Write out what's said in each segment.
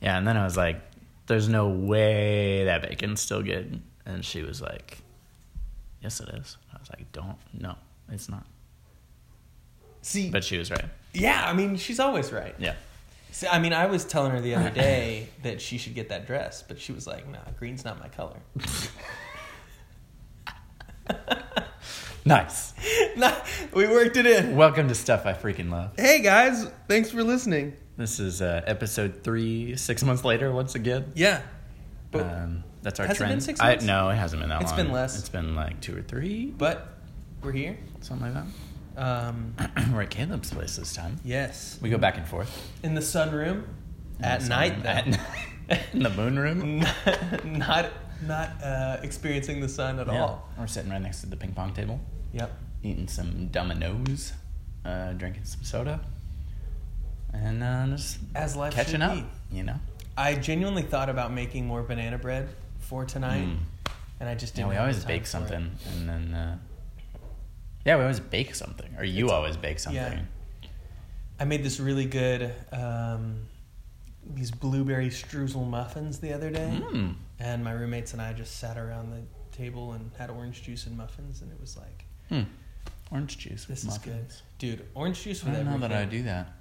Yeah, and then I was like, there's no way that bacon's still good. And she was like, yes, it is. I was like, don't, no, it's not. See, But she was right. yeah, I mean, she's always right. Yeah. See, I mean, I was telling her the other day that she should get that dress, but she was like, "Nah, green's not my color." Nice. nah, we worked it in. Welcome to Stuff I Freaking Love. Hey guys, thanks for listening. This is uh, episode three, six months later, once again. Yeah, but Um, that's our Has it been trend. six I- months? no, it hasn't been that It's long. been less. It's been like two or three, but we're here. something like Um, that. We're at Caleb's place this time. yes, We go back and forth. in the sunroom at So, night. Though. at night. in the moon room. not not uh, experiencing the sun at Yeah. all. We're sitting right next to the ping pong table, Yep. eating some dominoes, uh, drinking some soda, and uh, just As life should catching up, be. you know? I genuinely thought about making more banana bread for tonight, Mm. and I just Yeah, didn't. we have the always time bake for it. something, and then uh, yeah, we always bake something, or you always bake something. I made this really good um, these blueberry streusel muffins the other day, Mm. and my roommates and I just sat around the table and had orange juice and muffins, and it was like, Hmm. Orange juice with this muffins. is good, dude. Orange juice I with don't everything. know that I do that.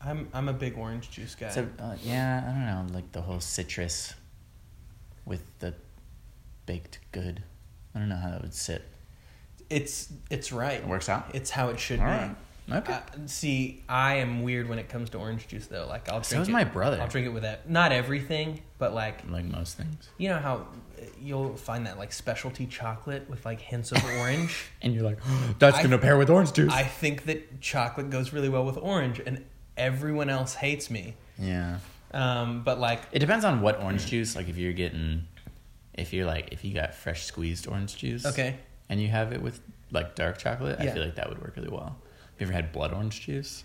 I'm I'm a big orange juice guy. So uh, yeah, I don't know, like the whole citrus with the baked good. I don't know how that would sit. it's it's right. It works out. It's how it should All be. right. Okay. Uh, see, I am weird when it comes to orange juice, though. Like, I'll drink. So is it- my brother. I'll drink it with that. Not everything, but like, like most things. you know how uh, you'll find that like specialty chocolate with like hints of orange. And you're like, that's I- gonna pair with orange juice. I think that chocolate goes really well with orange, and everyone else hates me. yeah. Um, but like, It depends on what orange juice. Like if you're getting, if you're like, if you got fresh squeezed orange juice, Okay. and you have it with like dark chocolate, I Yeah. feel like that would work really well. Have you ever had blood orange juice?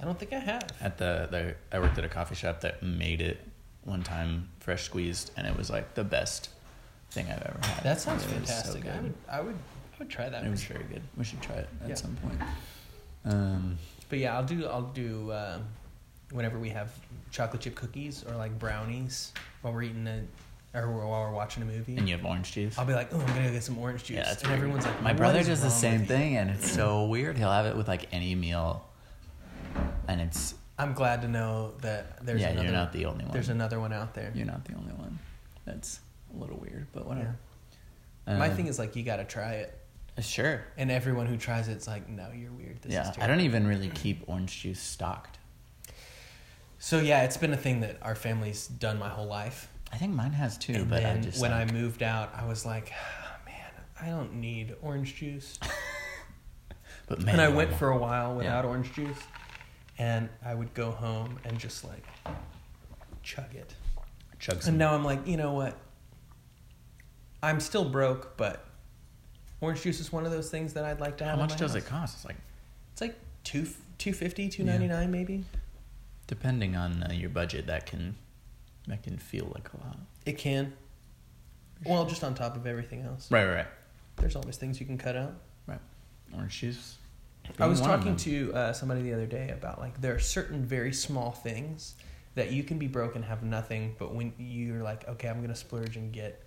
I don't think I have. At the, the I worked at a coffee shop that made it one time fresh squeezed, and it was like the best thing I've ever had. That sounds It was so fantastic. I good. would, I would, I would try that. It for was sure. very good. We should try it at Yeah. some point. Um, But yeah, I'll do. I'll do. um whenever we have chocolate chip cookies or like brownies while we're eating a, or while we're watching a movie, and you have orange juice. I'll be like, oh, I'm gonna go get some orange juice. Yeah, that's and weird. everyone's like, my "What brother is does the wrong same with you?" thing, and it's so weird. He'll have it with like any meal, and it's I'm glad to know that there's yeah, another. you're not the only one. there's another one out there. you're not the only one. That's a little weird, but whatever. My Um, thing is like, you gotta try it, sure. and everyone who tries it's like, no, you're weird. This yeah, is I don't terrible." even really keep orange juice stocked. e- So yeah, it's been a thing that our family's done my whole life. I think mine has too, and but I then just when like, I moved out, I was like, "Ah, man, I don't need orange juice. but man, and I went I'm- for a while without Yeah. orange juice, and I would go home and just like chug it. chug some. And now I'm like, you know what? I'm still broke, but orange juice is one of those things that I'd like to have. How in much my does house. it cost? It's like It's like two two fifty, two ninety nine, maybe. depending on uh, your budget, that can that can feel like a lot. It can. Well, just on top of everything else, Right, right, right. there's always things you can cut out. right. Orange juice. I was One of talking them. to uh, somebody the other day about like there are certain very small things that you can be broke and have nothing, but when you're like, okay, I'm gonna splurge and get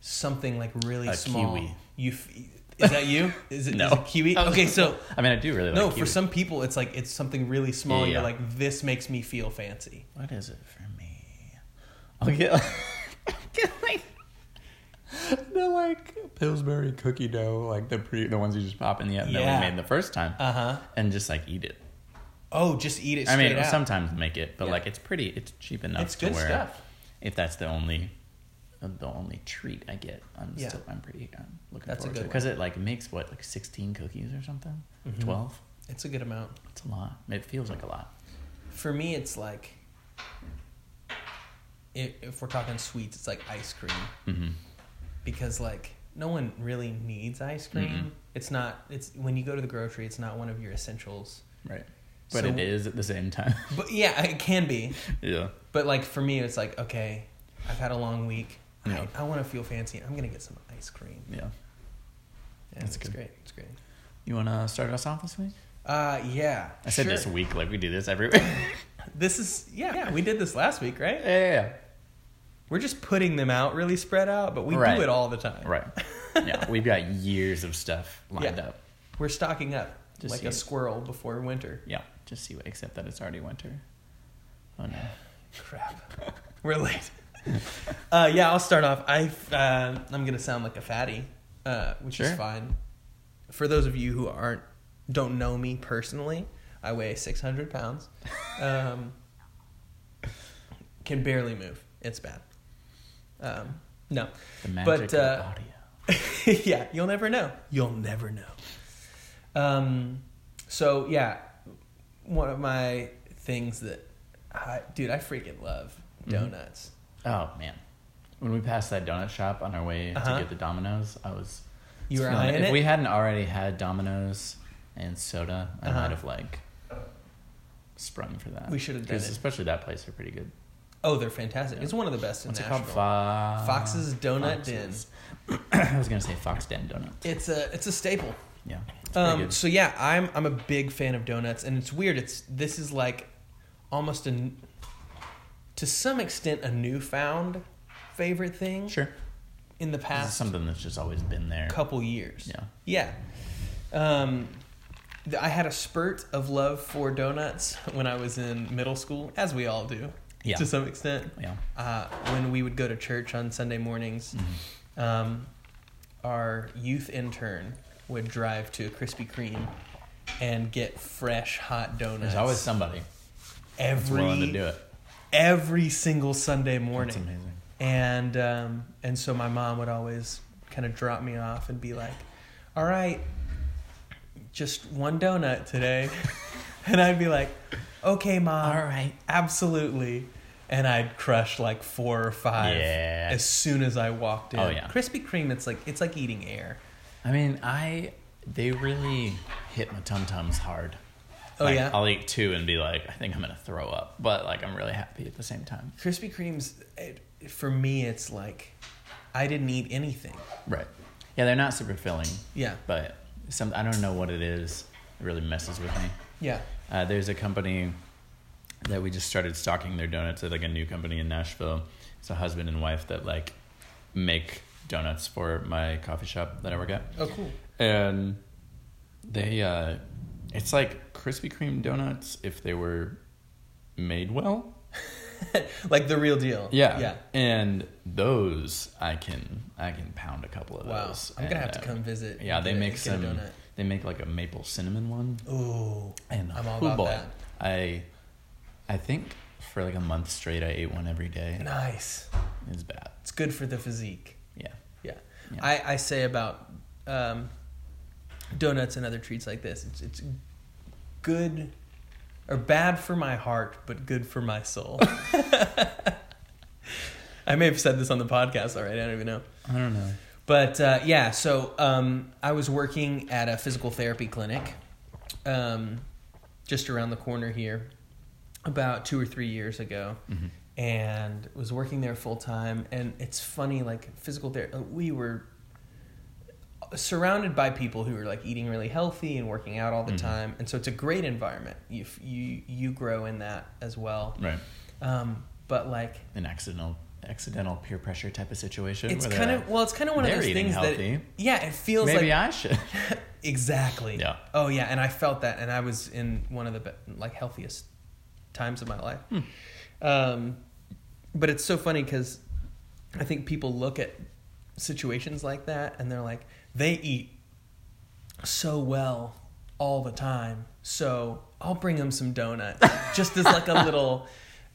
something like really A small, kiwi. you f- is that you? Is it, is No. it kiwi? Okay, so I mean, I do really no, like for kiwi. some people it's like it's something really small. Yeah. You're like, this makes me feel fancy. What is it for me? I'll get, I'll get like the like Pillsbury cookie dough, like the pre the ones you just pop in the oven Yeah. that we made the first time, Uh huh. and just like eat it. Oh, just eat it. I Straight mean, out. sometimes make it, but Yeah. like it's pretty, it's cheap enough it's to good where stuff. if that's the only the only treat I get, I'm Yeah. still I'm pretty um, looking That's forward to a good it one. because it like makes what like 16 cookies or something, Mhm. 12. It's a good amount. It's a lot. It feels like a lot. For me, it's like if, if we're talking sweets, it's like ice cream hmm because like no one really needs ice cream. Mhm. It's not. It's when you go to the grocery, it's not one of your essentials. Right, but So- it is at the same time. But yeah, it can be. yeah. But like for me, it's like okay, I've had a long week. Yeah. I, I want to feel fancy. I'm gonna get some ice cream. Yeah. Yeah, That's it's good. great. It's great. You want to start us off this week? Uh, yeah. I said sure. this week, like we do this every week. This is yeah, yeah, we did this last week, right? Yeah, yeah, We're just putting them out really spread out, but we Right. do it all the time. yeah. Right. yeah, we've got years of stuff lined Yeah. up. We're stocking up Just like see a it. squirrel before winter. Yeah, just see what, except that it's already winter. Oh no. Crap. We're late. uh, yeah, I'll start off. I uh, I'm gonna sound like a fatty, uh, which is Sure. fine. For those of you who aren't don't know me personally, I weigh 600 pounds. Um, can barely move. It's bad. Um, no, The magic But, of uh, audio. yeah, you'll never know. You'll never know. Um, so yeah, one of my things that, I, dude, I freaking love Mhm. donuts. Oh man. When we passed that donut shop on our way Uh-huh. to get the Domino's, I was You were smelling eyeing If it. we hadn't already had Domino's and soda, I Uh-huh. might have like sprung for that. We should have done 'Cause it. Especially that place are pretty good. oh, they're fantastic. It's one of the best in What's it Nashville. called? Fo- Fox's Donut Fox's. I was gonna say Fox Den Donut. It's a it's a staple. Yeah. It's pretty Um, good. so yeah, I'm I'm a big fan of donuts, and it's weird. It's this is like almost a n- to some extent a newfound favorite thing Sure. in the This is past something that's just always been there. couple years. Yeah. Yeah. Um, th- I had a spurt of love for donuts when I was in middle school, as we all do Yeah. to some extent. Yeah. Mm-hmm. Uh, when we would go to church on Sunday mornings, um, our youth intern would drive to a Krispy Kreme and get fresh hot donuts. There's always somebody that's every willing to do it. every single Sunday It's morning amazing. and um, and so my mom would always kind of drop me off and be like, "All right, just one donut today," and I'd be like, "Okay, mom, right. absolutely," and I'd crush like four or five Yeah. as soon as I walked in. Oh, yeah. Krispy Kreme, it's like it's like eating air. I mean, I they really hit my tum tums hard. Oh, Like, yeah? I'll eat two and be like, I think I'm gonna throw up, but like I'm really happy at the same time. Krispy Kreme's it, for me, it's like I didn't eat anything. Right. Yeah, they're not super filling, Yeah, but some I don't know what it is. It really messes with me. yeah. Uh, there's a company that we just started stocking their donuts at like a new company in Nashville. It's a husband and wife that like make donuts for my coffee shop that I work at. Oh, cool. and they uh it's like krispy kreme donuts if they were made well like the real deal. yeah yeah. and those i can i can pound a couple of Wow, those I'm gonna And, have to uh, come visit. yeah and they get a- make get a some donut. they make like a maple cinnamon one Ooh, and I'm all hoo about boy, that. i i think for like a month straight i ate one every day nice. it's bad It's good for the physique. yeah Yeah, Yeah. I, I say about um, donuts and other treats like this. It's it's good or bad for my heart, but good for my soul. I may have said this on the podcast already. I don't even know. i don't know But uh, yeah, so um, I was working at a physical therapy clinic um, just around the corner here about two or three years ago Mm-hmm. and was working there full time. And it's funny, like, physical therapy, we were surrounded by people who are like eating really healthy and working out all the Mm-hmm. time. And so it's a great environment. You, you, you grow in that as well. right Um, but like, an accidental accidental peer pressure type of situation it's where they're kind of like, well, it's kind of one of they're those eating things that healthy. yeah, it feels like maybe i should Exactly. Yeah. Oh yeah, and I felt that, and I was in one of the be- like healthiest times of my life. Hmm. Um, but it's so funny because I think people look at situations like that and they're like, they eat so well all the time, so I'll bring them some donuts just as like a little.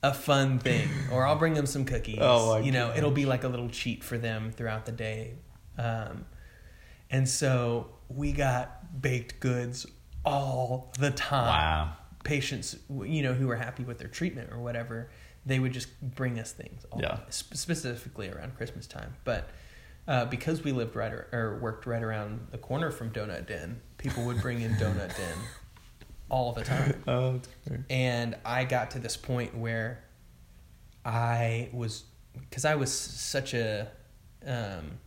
A fun thing, or I'll bring them some cookies. Oh, my you know, gosh. it'll be like a little cheat for them throughout the day. Um, and so we got baked goods all the time. wow Patients, you know, who were happy with their treatment or whatever, they would just bring us things. All, Yeah. sp- specifically around Christmas time, but. Uh, because we lived right or, or worked right around the corner from Donut Den, people would bring in Donut Den all the time. Oh, that's great. and I got to this point where I was because I was such a um,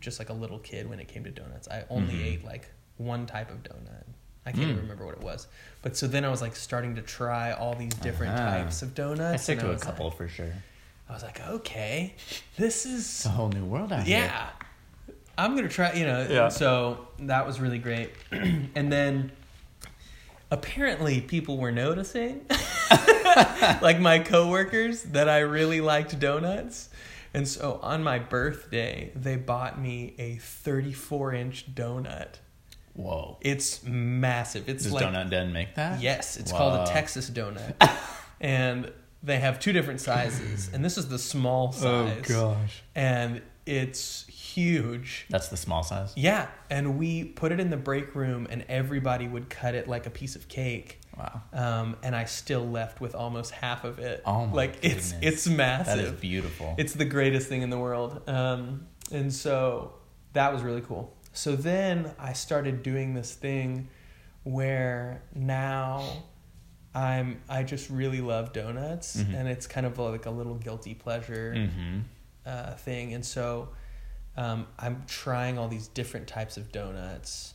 just like a little kid when it came to donuts. I only ate like one type of donut, I can't even Mm-hmm. Mm. remember what it was. But so then I was like starting to try all these different Uh-huh. types of donuts. I stick and to a was couple Like, for sure. I was like, okay, this It's is a whole new world out here. yeah. I'm gonna try. You know. Yeah. So that was really great. and then apparently people were noticing, like my coworkers, that I really liked donuts. And so on my birthday, they bought me a 34 inch donut. Whoa. It's massive. It's Does like Donut Den make that? Yes, it's called a Wow. Texas donut, and they have two different sizes. And this is the small Oh size, gosh. and it's huge. That's the small size. Yeah, and we put it in the break room, and everybody would cut it like a piece of cake. Wow. Um, and I still left with almost half of it. Oh my like goodness. it's it's massive. That is beautiful. It's the greatest thing in the world. Um, and so that was really cool. So then I started doing this thing where now I'm I just really love donuts Mhm. and it's kind of like a little guilty pleasure mm-hmm. uh, thing. And so um, I'm trying all these different types of donuts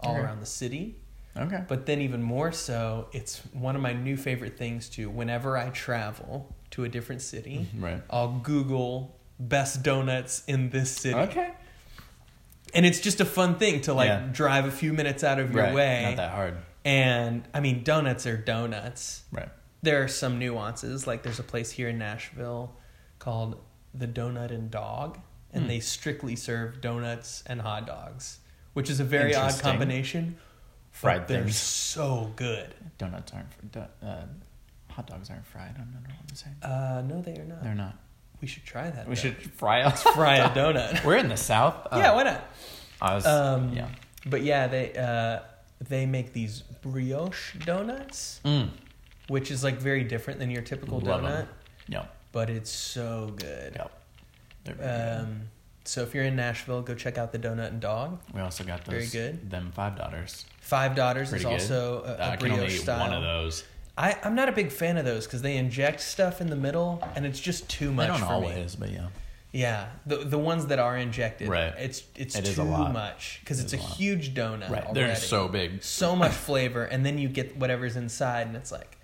all Okay. around the city. Okay. But then even more so, it's one of my new favorite things to whenever I travel to a different city. Right. I'll Google best donuts in this city. Okay. And it's just a fun thing to like Yeah. drive a few minutes out of your right. Not way. that hard. And I mean, donuts are donuts. Right. There are some nuances. Like there's a place here in Nashville called the Donut and Dog, and Hmm. they strictly serve donuts and hot dogs, which is a very odd Interesting. combination. but Fried they're things. so good. Donuts aren't. Fr- do- uh, hot dogs aren't fried. I don't know what I'm saying. Uh, no, they are not. They're not. We should try that. We though. should fry us. fry a donut. We're in the south. Uh, yeah, why not? I was. Um, yeah. But yeah, they uh, they make these brioche donuts, Mm. which is like very different than your typical Love 'em. donut, Yep. but it's so good. Yep. They're very good. Um, so if you're in Nashville, go check out the Donut and Dog. We also got those. very good. Them five daughters. Five Daughters Pretty is good. also a, Uh, a I can only brioche eat style. one of those. I, I'm not a big fan of those because they inject stuff in the middle, and it's just too much I don't for me. always, but yeah. Yeah, the the ones that are injected, Right. It's it's It too is a lot. much because It it's a, is a lot. huge donut. right. Uh, already. They're so big. so much flavor, and then you get whatever's inside, and it's like,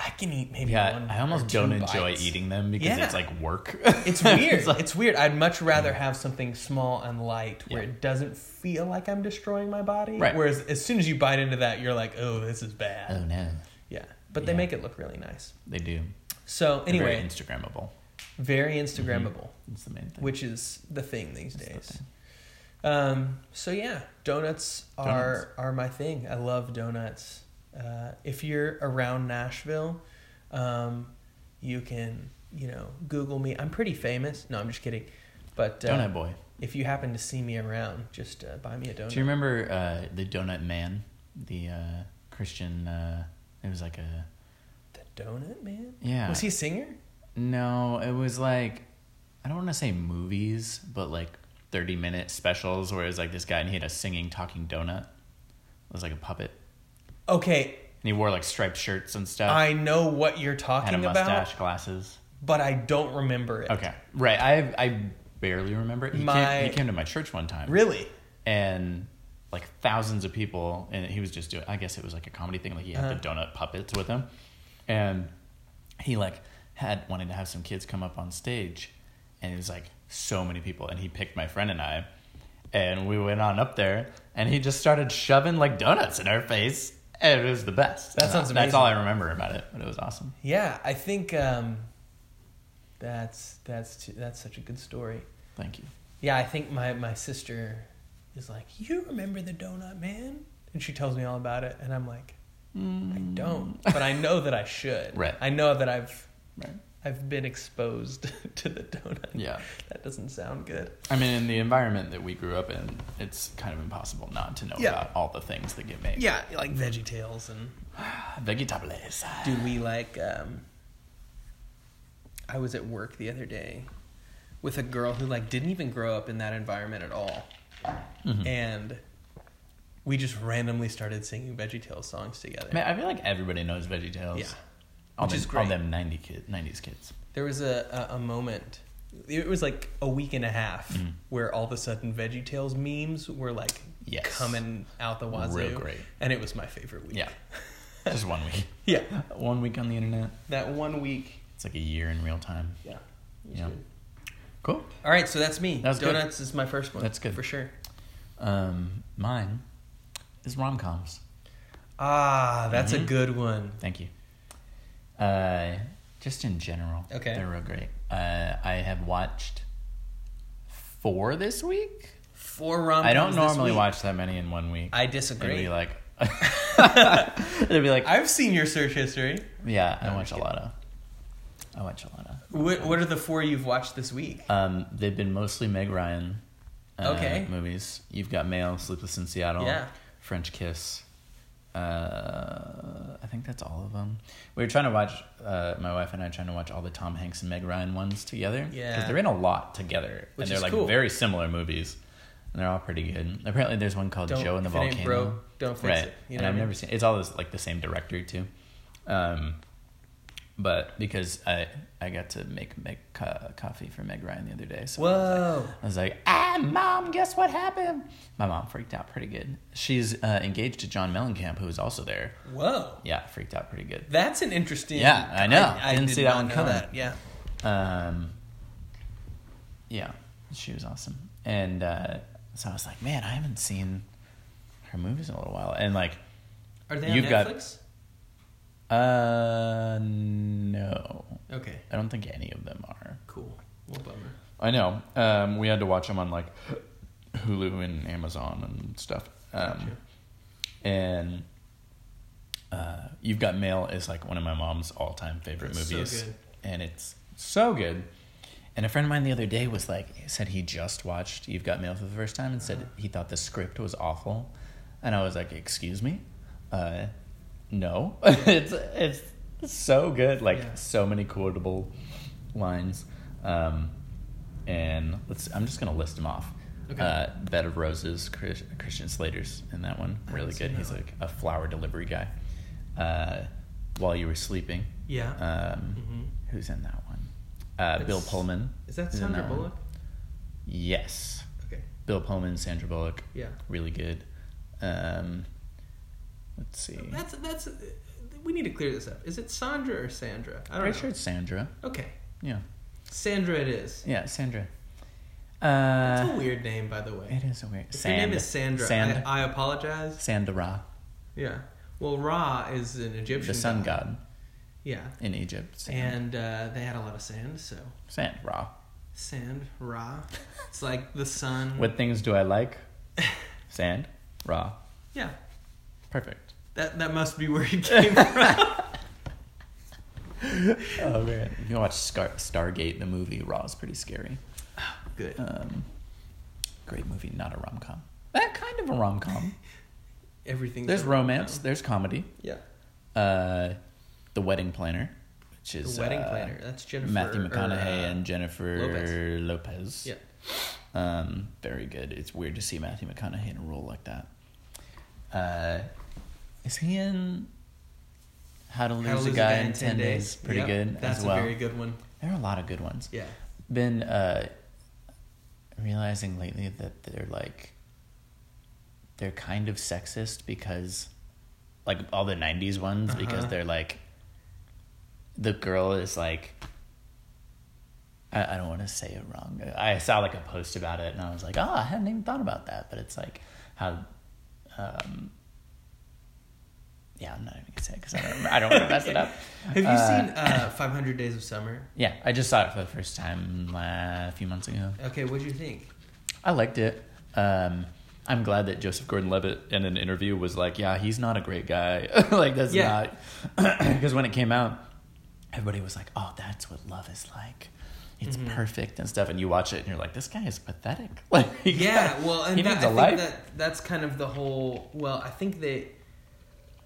I can eat maybe Yeah, one. I almost or two don't enjoy bites. eating them because Yeah. it's like work. It's weird. It's like- it's weird. I'd much rather have something small and light where Yeah. it doesn't feel like I'm destroying my body. Right. Whereas as soon as you bite into that, you're like, oh, this is bad. oh no, Yeah. But they Yeah. make it look really nice. they do. So They're very anyway, Instagrammable. very, Instagrammable, That's the main thing. which is the thing these That's the days. thing. Um, so yeah, donuts are Donuts. are my thing. I love donuts. Uh, if you're around Nashville, um, you can you know Google me. I'm pretty famous. No, I'm just kidding. But uh, Donut boy. if you happen to see me around, just uh, buy me a donut. Do you remember uh, the Donut Man? The uh, Christian. Uh, it was like a the donut man? yeah. Was he a singer? No, it was like I don't want to say movies, but like thirty minute specials where it was like this guy and he had a singing talking donut. It was like a puppet, Okay, and he wore like striped shirts and stuff. I know what you're Oh. had a talking mustache, about, glasses. but I don't remember it. Okay, right. I I barely remember. it. He, My- came, he came to my church one time, Really? and like thousands of people, and he was just doing. I guess it was like a comedy thing. Like he had Uh-huh. the donut puppets with him, and he like had wanted to have some kids come up on stage, and it was like so many people, and he picked my friend and I, and we went on up there, and he just started shoving like donuts in our face. And it was the best. That And sounds That's amazing. all I remember about it, but it was awesome. Yeah, I think um, that's that's too, that's such a good story. Thank you. Yeah, I think my, my sister is like, You remember the donut man? And she tells me all about it. And I'm like, I don't. But I know that I should. Mm. Right. I know that I've Right. I've been exposed to the donut. Yeah. That doesn't sound good. I mean, in the environment that we grew up in, it's kind of impossible not to know Yeah. about all the things that get made. Yeah, like veggie tails and Vegetables. do we like um I was at work the other day with a girl who like didn't even grow up in that environment at all. Mhm. And we just randomly started singing VeggieTales songs together. Man, I feel like everybody knows VeggieTales. Yeah. All Which them, is great. All them 90 kid, 90s kids. There was a, a, a moment it was like a week and a half Mm-hmm. where all of a sudden Veggie Tales memes were like Yes. coming out the wazoo. Real great. And it was my favorite week. Yeah. Just one week. Yeah. One week on the internet. That one week. It's like a year in real time. Yeah. it was Yeah. good. Cool. All right, so that's me. That was good. Donuts is my first one. That's good. For sure. Um, mine is rom coms. Ah, that's a Mhm. good one. Thank you. Uh, just in general, Okay. they're real great. Uh, I have watched four this week. Four rom I don't normally watch that many in one week. I It'd be disagree. like, it'd be like, I've seen your search history. yeah, No, I I'm watch just a lot of, I watch a lot of. What, what are the four you've watched this week? Um, they've been mostly Meg Ryan uh, Okay. movies. You've got Mail, Sleepless in Seattle, Yeah. French Kiss. Uh, I think that's all of them. We were trying to watch, uh, my wife and I are trying to watch all the Tom Hanks and Meg Ryan ones together. Yeah. Because they're in a lot together. Which and they're is like cool. very similar movies. And they're all pretty good. Apparently, there's one called Don't- Joe and the if it ain't Volcano. broke, don't fix right. it, you and know what I I've mean? never seen It's all this, like the same director, too. Um, but because I I got to make Meg co- coffee for Meg Ryan the other day, so I was like- Whoa. I was like, "Ah, mom, guess what happened?" My mom freaked out pretty good. She's uh, engaged to John Mellencamp, who was also there. Whoa. Yeah, freaked out pretty good. That's an interesting. Yeah, I know. I, I Didn't did see that not one know coming. That. Yeah. Um, yeah, she was awesome, and uh, so I was like, "Man, I haven't seen her movies in a little while." And like, Are they on You've got- Netflix? uh, no, Okay. I don't think any of them are. Cool. What a bummer. I know. Um, we had to watch them on like Hulu and Amazon and stuff. Um, Gotcha. And uh, you've got Mail is like one of my mom's all time favorite That's so movies, good. and it's so good. And a friend of mine the other day was like, he said he just watched You've Got Mail for the first time and said he thought the script was awful, and I was like, excuse me, uh, no, it's it's so good, like Yeah. so many quotable lines. Um, and let's I'm just gonna list them off. Okay. Uh, Bed of Roses, Chris, Christian Slater's in that one, haven't really seen good. that He's one. like a flower delivery guy. Uh, While you were sleeping, Yeah. um, Mhm. who's in that one? Uh, Bill That's- Pullman. Is that in Sandra one. Bullock? Yes, Okay. Bill Pullman, Sandra Bullock, Yeah. really good. Um, let's see. That's that's. We need to clear this up. Is it Sandra or Sandra? I don't Pretty know. sure it's Sandra. Okay. Yeah, Sandra, it is. yeah, Sandra. That's a Uh, weird name, by the way. it is a weird. If your name is Sandra, Sand. I, I apologize. Sandra, Yeah. Well, Ra is an Egyptian. the sun god Yeah. in Egypt. Sand, And uh, they had a lot of sand, so sand, Ra. sand Ra. It's like the sun. What things do I like? Sand, Ra. Yeah. Perfect. That that must be where it came from. Oh man, you can watch Scar- Stargate, the movie. Raw is pretty scary. Good. Um, great movie, not a rom com. That kind of a rom com. Everything. There's romance. There's comedy. Yeah. Uh, the Wedding Planner, which The is wedding uh, planner. That's Jennifer. Matthew or, McConaughey uh, and Jennifer Lopez. Lopez. Yeah. Um, very good. It's weird to see Matthew McConaughey in a role like that. Uh, is he in How to Lose, How to a, guy in 10 Days? Pretty Yep, good That's as well. a very good one. There are a lot of good ones. Yeah. Been uh, realizing lately that they're like, they're kind of sexist because, like, all the 90s ones, because Uh-huh. they're like, the girl is like, I, I don't want to say it wrong. I saw like a post about it and I was like, oh, I hadn't even thought about that. But it's like how, um, yeah, I'm not even gonna say it because I don't, remember- I don't want to mess it up. Have you Uh, seen uh, 500 Days of Summer? Yeah, I just saw it for the first time uh, a few months ago. Okay, what'd you think? I liked it. Um, I'm glad that Joseph Gordon-Levitt in an interview was like, "Yeah, he's not a great guy." like that's Yeah. not because when it came out, everybody was like, "Oh, that's what love is like. It's Mm-hmm. perfect and stuff." And you watch it and you're like, "This guy is pathetic." Like, Yeah, well, and he that, needs a I life. think that that's kind of the whole. Well, I think that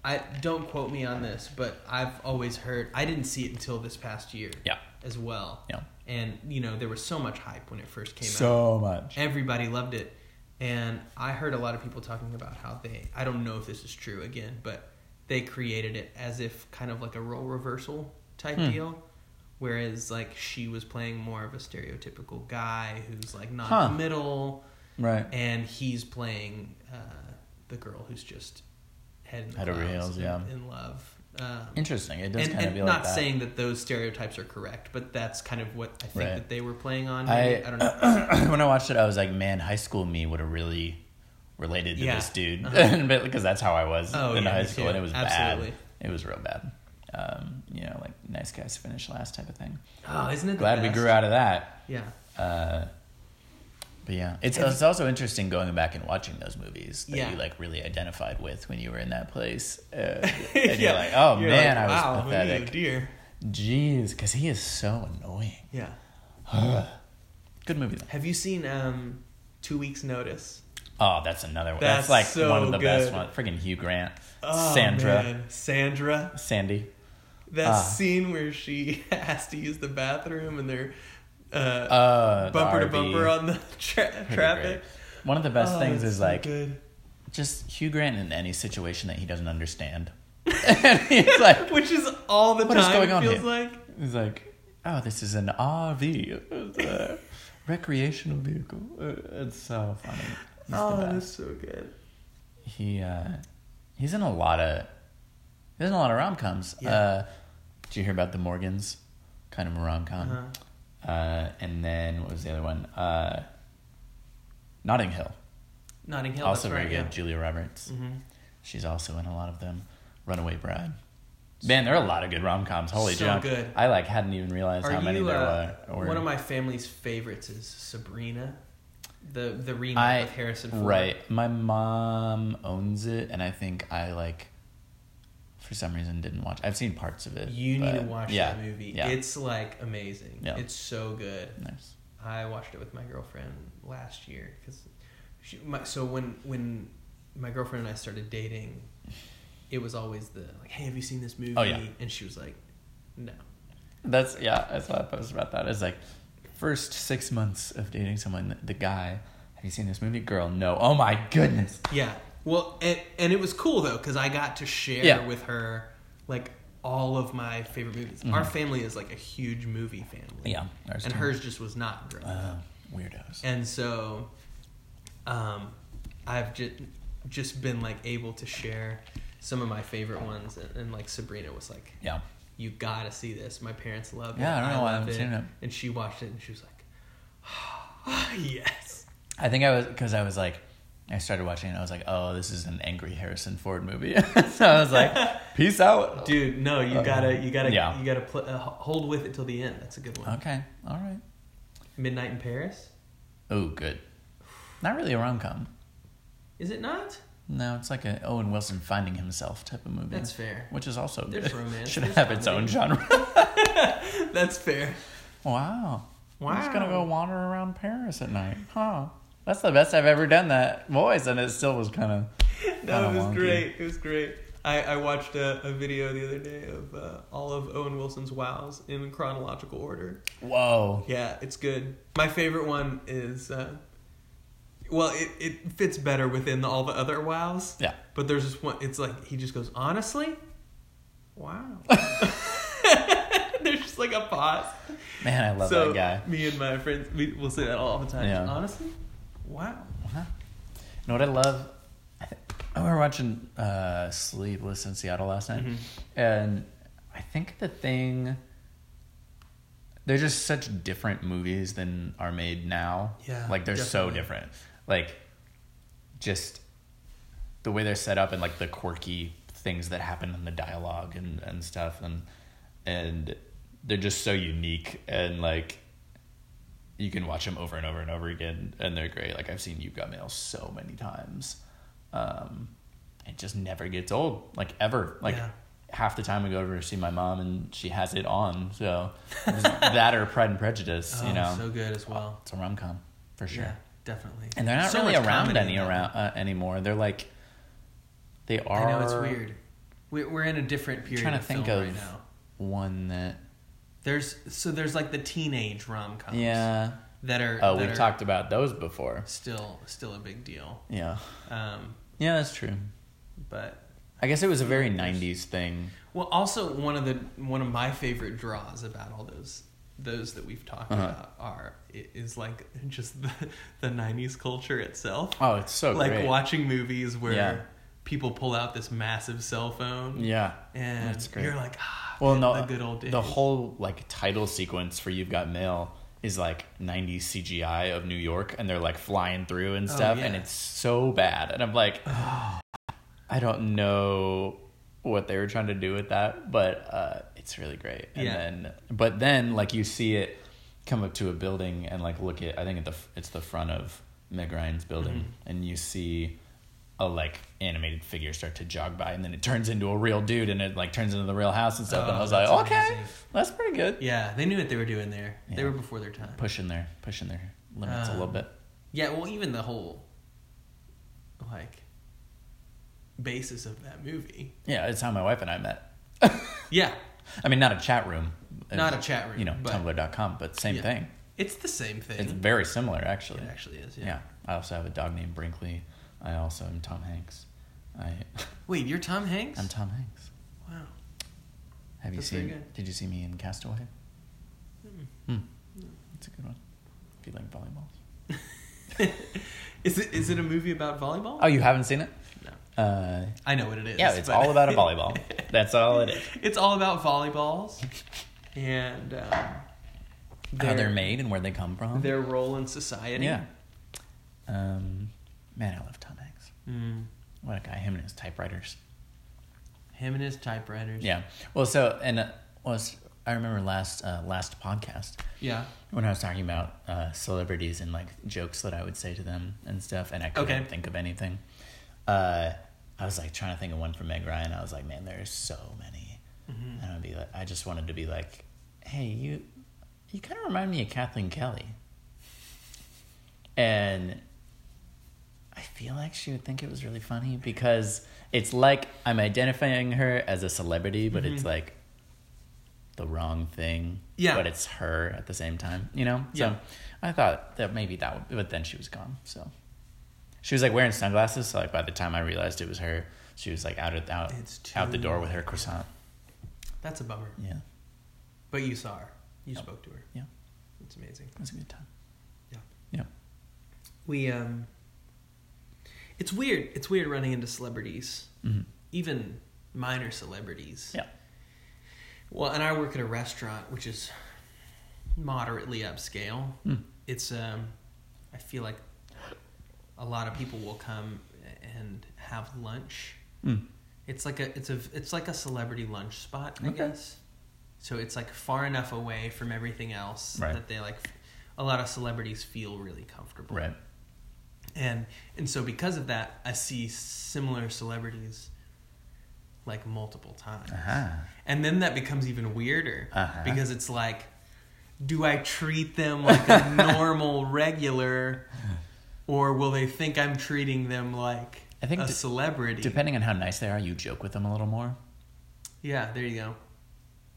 I don't quote me on this, but I've always heard. I didn't see it until this past year. Yeah. As well. Yeah. And you know there was so much hype when it first came out. so much. Everybody loved it, and I heard a lot of people talking about how they. I don't know if this is true Hmm. again, but they created it as if kind of like a role reversal type deal, Whereas like she was playing more of a stereotypical guy who's like Huh. non-committal, Right. and he's playing uh, the girl who's just head in the Head over clouds heels, in- yeah. in love. Um, Interesting. It does and, kind of and be not like that. saying that those stereotypes are correct, but that's kind of what I think Right. that they were playing on. I, maybe. I don't know. when I watched it, I was like, man, high school me would have really related to Yeah. this dude, Uh-huh. But- because that's how I was Oh, in yeah, high me school, too. and it was Absolutely. bad. It was real bad. Um, you know, like nice guys finish last type of thing. Oh, isn't it? the Glad we best? grew out of that. Yeah. Uh, but yeah, it's Have you- it's also interesting going back and watching those movies that Yeah. you like really identified with when you were in that place, uh, and Yeah. you're like, oh You're man, like, I was wow, who knew, pathetic. dear. Jeez, because he is so annoying. Yeah. Uh-huh. Good movie. though. Have you seen um, Two Weeks Notice? Oh, that's another one. That's That's, like so one of the best good. ones. Freaking Hugh Grant, Oh, Sandra, man. Sandra. Sandy. That Ah. scene where she has to use the bathroom and they're uh, Uh, the bumper to RV. bumper on the tra- Pretty traffic. great. One of the best Oh, things it's is so like good. just Hugh Grant in any situation that he doesn't understand. and he's like, which is all the What is time. going it on feels here? like. he's like, oh, this is an RV, It's a recreational vehicle. Uh, It's so funny. He's oh, the that's best. so good. He uh, he's in a lot of he's in a lot of rom coms. Yeah. Uh, did you hear about the Morgans? Kind of a rom com. Uh-huh. Uh, and then what was the other one? Uh, Notting Hill, Notting Hill. also that's very right, good. Julia Roberts, Yeah. hmm she's also in a lot of them. Runaway Bride. Man, there are a lot of good rom coms. Holy So junk! good. I like hadn't even realized Are how many you, there uh, were. Or, one of my family's favorites is Sabrina, the the remake I- of Harrison Ford. right, my mom owns it, and I think I like. For some reason, didn't watch. I've seen parts of it. You need to but- watch yeah, that movie. Yeah, It's like amazing. Yeah. It's so good. nice. I watched it with my girlfriend last year because, my, so when when my girlfriend and I started dating, it was always the like, hey, have you seen this movie? Oh, yeah. And she was like, no. That's yeah. I saw a post about that. It's like first six months of dating someone. the- The guy, have you seen this movie? Girl, no. Oh my goodness. Yeah. Well, and, and it was cool though because I got to share Yeah. with her like all of my favorite movies. Our family is like a huge movie family. Mm-hmm. Yeah, ours and too. hers just was not growing Uh, up. weirdos. And so, um, I've just just been like able to share some of my favorite ones, and, and like Sabrina was like, Yeah. "You gotta see this." My parents love it. Yeah, I don't know why I love haven't seen it. And she watched it, and she was like, "Yes." I think I was because I was like, I started watching it. I was like, oh, this is an angry Harrison Ford movie. so I was like, peace out. Dude, no, you Uh, gotta, you gotta, yeah. you gotta pl- uh, hold with it till the end. That's a good one. Okay. All right. Uh-huh. Midnight in Paris, Oh, good. Not really a rom com. is it not? No, it's like an Owen Wilson finding himself type of movie. That's fair. Which is also There's good. romance, Should there's have its own genre. That's fair. wow. I'm just gonna Wow. go wander around Paris at night, huh? That's the best I've ever done that voice, and it still was kind of. No, it Kinda was wonky. great. It was great. I, I watched a, a video the other day of uh, all of Owen Wilson's wows in chronological order. Whoa. Yeah, it's good. My favorite one is, uh, well, it, it fits better within the, all the other wows. Yeah. But there's this one. It's like he just goes, honestly, wow. there's just like a pause. Man, I love that so guy. me and my friends, we, we'll say that all the time. Yeah. Honestly, wow. Huh? You know what I love? We were watching uh, Sleepless in Seattle last night, Mhm. and I think the thing. They're just such different movies than are made now. Yeah, Like they're so definitely. different. Like, just the way they're set up and like the quirky things that happen in the dialogue and, and stuff and and they're just so unique and like you can watch them over and over and over again and they're great like i've seen you've got mail so many times um it just never gets old like ever like Yeah. half the time we go over to see my mom and she has it on so it's that or pride and prejudice Oh, you know so good as well. it's a rom-com for sure Yeah, definitely. and they're not So really much around comedy any in that. around uh, anymore. They're like they are. I know it's weird. We're, we're in a different period. trying to of think film of- right now. One that There's so there's like the teenage rom coms. yeah. That are Oh, that we've are talked about those before. still still a big deal. Yeah, Um, yeah, that's true. but I guess it was a very '90s thing. Well, also one of the one of my favorite draws about all those those that we've talked Uh-huh. about are i- is like just the, the 90s culture itself. Oh, it's so like great. watching movies where Yeah. people pull out this massive cell phone Yeah. and That's great. you're like, ah, Well, the, no, good old days. the whole like title sequence for You've Got Mail is like 90s CGI of New York, and they're like flying through and Oh, stuff, yeah. and it's so bad. And I'm like, I don't know what they were trying to do with that, but uh, it's really great. And Yeah. then, but then like you see it come up to a building and like look at I think at the f- it's the front of Meg Ryan's building, Mm-hmm. and you see a like animated figure start to jog by, and then it turns into a real dude, and it like turns into the real house and stuff. Oh, and I was like, that's okay, amazing. that's pretty good. yeah, they knew what they were doing there. They Yeah. were before their time. Pushing their pushing their limits a Um, little bit. Yeah, well, even the whole like basis of that movie. Yeah, it's how my wife and I met. Yeah, I mean, not a chat room. It Not was, a chat room, You know, but- Tumblr.com, but same Yeah. thing. it's the same thing. It's very similar, actually. it actually is. Yeah. Yeah. I also have a dog named Brinkley. I also am Tom Hanks. I Wait, you're Tom Hanks? I'm Tom Hanks. wow. Have you That's very seen? good. Did you see me in Castaway? Hmm. It's a good one. If you like volleyball. Is it is it a movie about volleyball? Oh, you haven't seen it? no, Uh, I know what it is. yeah, it's but- all about a volleyball. That's all it is. it's all about volleyballs and um, How they're made and where they come from. their role in society. Oh. yeah. Um, man, I love Tom Hanks. Mm. What a guy! Him and his typewriters. Him and his typewriters. Yeah. Well, so and uh, was I remember last uh, last podcast Yeah. when I was talking about uh, celebrities and like jokes that I would say to them and stuff, and I couldn't Okay. think of anything. Uh, I was like trying to think of one for Meg Ryan. I was like, man, there's so many. Mm-hmm. And I'd be like, I just wanted to be like, hey, you, you kind of remind me of Kathleen Kelly. And I feel like she would think it was really funny because it's like I'm identifying her as a celebrity, but it's like the wrong thing. Mm-hmm. Yeah. But it's her at the same time, you know? Yeah. So I thought that maybe that would, but then she was gone. So she was like wearing sunglasses. So like by the time I realized it was her, she was like out, of, out, It's out the too door with her late. croissant. That's a bummer. Yeah. But you saw her. You spoke to her. Yeah. That's amazing. It was a good time. Yeah. Yeah. We um It's weird. It's weird running into celebrities. Mhm. Even minor celebrities. Yeah. Well, and I work at a restaurant which is moderately upscale. Hmm. It's um I feel like a lot of people will come and have lunch. Mm. It's like a it's a it's like a celebrity lunch spot, I Okay. guess. So it's like far enough away from everything else Right. that they like a lot of celebrities feel really comfortable. Right. And and so because of that, I see similar celebrities like multiple times. Uh-huh. And then that becomes even weirder Uh-huh. because it's like do I treat them like a normal regular or will they think I'm treating them like I think a de- celebrity? Depending on how nice they are, you joke with them a little more. yeah, there you go.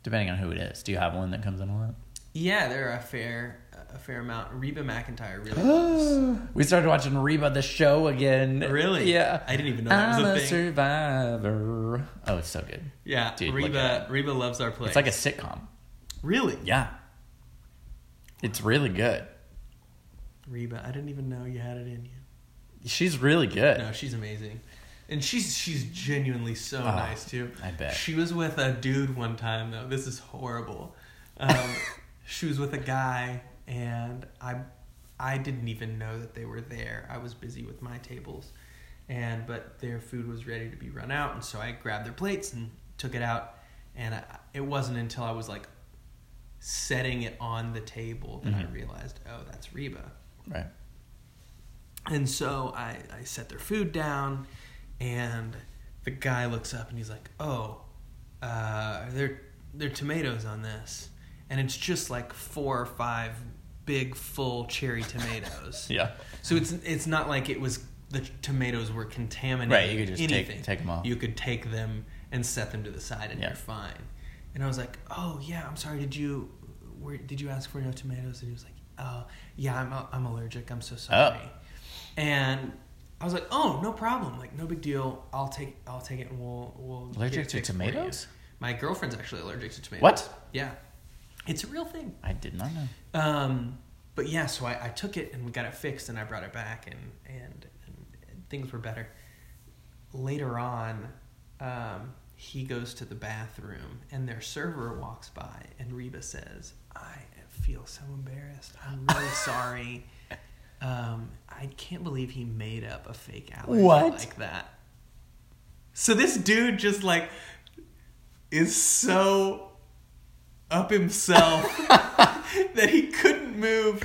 Depending on who it is. Do you have one that comes in a lot? Yeah, there are a fair a fair amount. Reba McIntyre really loves. we started watching Reba the show again. Uh. Really? Yeah. I didn't even know that was I'm a a thing. survivor. Oh, it's so good. Yeah, Dude, look at Reba Reba loves our place. It's like a sitcom. really Yeah. It's really good. Reba. I didn't even know you had it in you. She's really good. No, she's amazing, and she's she's genuinely so nice too. Oh, I bet. she was with a dude one time though. This is horrible. Um, she was with a guy, and I I didn't even know that they were there. I was busy with my tables, and but their food was ready to be run out, and so I grabbed their plates and took it out. And I, it wasn't until I was like setting it on the table that Mm-hmm. I realized, oh, that's Reba. Right. And so I, I set their food down, and the guy looks up and he's like, "Oh, uh, are there there are tomatoes on this?" And it's just like four or five big full cherry tomatoes. Yeah. So it's it's not like it was the tomatoes were contaminated. Right, you could just take- anything. take 'em off. You could take them and set them to the side, and Yeah. you're fine. And I was like, "Oh yeah, I'm sorry. Did you where, did you ask for no tomatoes?" And he was like, "Oh yeah, I'm I'm allergic. I'm Oh. so sorry." And I was like, "Oh no problem. Like no big deal. I'll take I'll take it and we'll we'll get Allergic it to fixed for you." tomatoes? My girlfriend's actually allergic to tomatoes. What? Yeah, it's a real thing. I did not know. Um, but yeah, so I, I took it and we got it fixed, and I brought it back, and and, and things were better. Later on, um, he goes to the bathroom, and their server walks by, and Reba says, "I feel so embarrassed. I'm really sorry. Um, I can't believe he made up a fake allergy What? like that." So this dude just like is so up himself that he couldn't move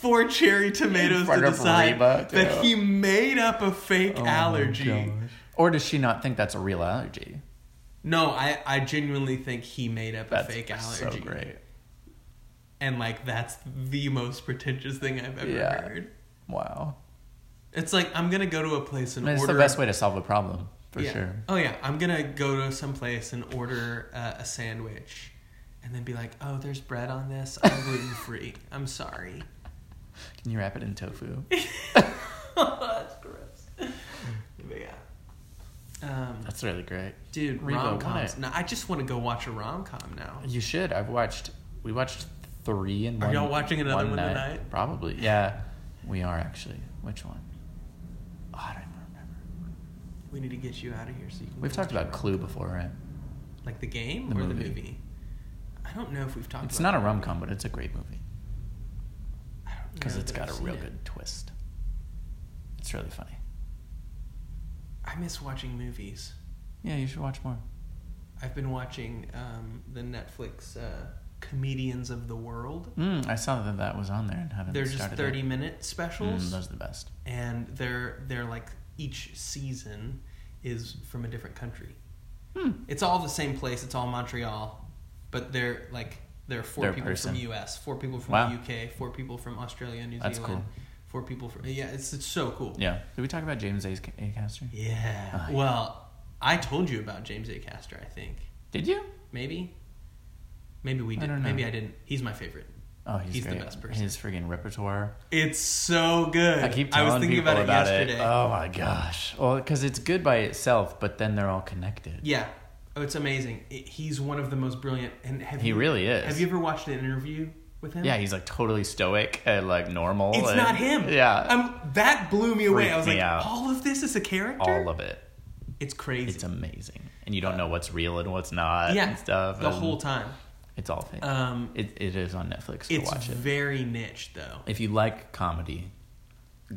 four cherry tomatoes to front the of side. Reba, too. that he made up a fake Oh my allergy. gosh. Or does she not think that's a real allergy? No, I, I genuinely think he made up That's a fake so allergy. great. And like that's the most pretentious thing I've ever Yeah. heard. Wow. It's like I'm gonna go to a place I and mean, it's order the best way to solve a problem, for yeah. sure. Oh yeah, I'm gonna go to some place and order uh, a sandwich, and then be like, "Oh, there's bread on this. I'm gluten free. I'm sorry." Can you wrap it in tofu? That's gross. But yeah, um, That's really great. dude, Reba, rom coms. what? No, I just want to go watch a rom com now. You should. I've watched. We watched three and Are one. y'all watching another one tonight? Probably. Yeah, we are actually. Which one? Oh, I don't even remember. We need to get you out of here so you can. We've go talked watch about a rom- Clue before, right? like the game The or the movie. movie. I don't know if we've talked. It's about not a the rom movie. com, but it's a great movie I don't know because that it's I've got a seen real it. good twist. It's really funny. I miss watching movies. Yeah, you should watch more. I've been watching um, the Netflix uh, comedians of the world. Mm, I saw that that was on there and haven't. They're just started thirty it. minute Mm, specials, those are the best. and they're they're like each season is from a different country. Hmm. It's all the same place. It's all Montreal, but they're like there are 4 They're a people person. from U.S., four people from Wow. the UK, four people from Australia, and New That's Zealand, cool. four people from yeah. It's it's so cool. Yeah. Did we talk about James A. Acaster? Yeah. Ah, yeah. Well, I told you about James A. Castor. I think Did you? maybe, maybe we I did. don't not know. Maybe I didn't. He's my favorite. Oh, he's, He's the great. best person. His friggin' repertoire. It's so good. I keep I telling was thinking people about, about, it it, yesterday. Oh my gosh! Well, because it's good by itself, but then they're all connected. yeah. Oh, it's amazing. It, he's one of the most brilliant. And have He you, really is. Have you ever watched an interview with him? Yeah, he's like totally stoic and like normal. It's and- not him. Yeah, i that blew me away. I Freaked was me like, out. all of this is a character. all of it. it's crazy. It's amazing, and you don't know what's real and what's not. yeah, and stuff. the and whole time. It's all fake. Um, it, it is on Netflix. Go it's watch it. very niche though. If you like comedy,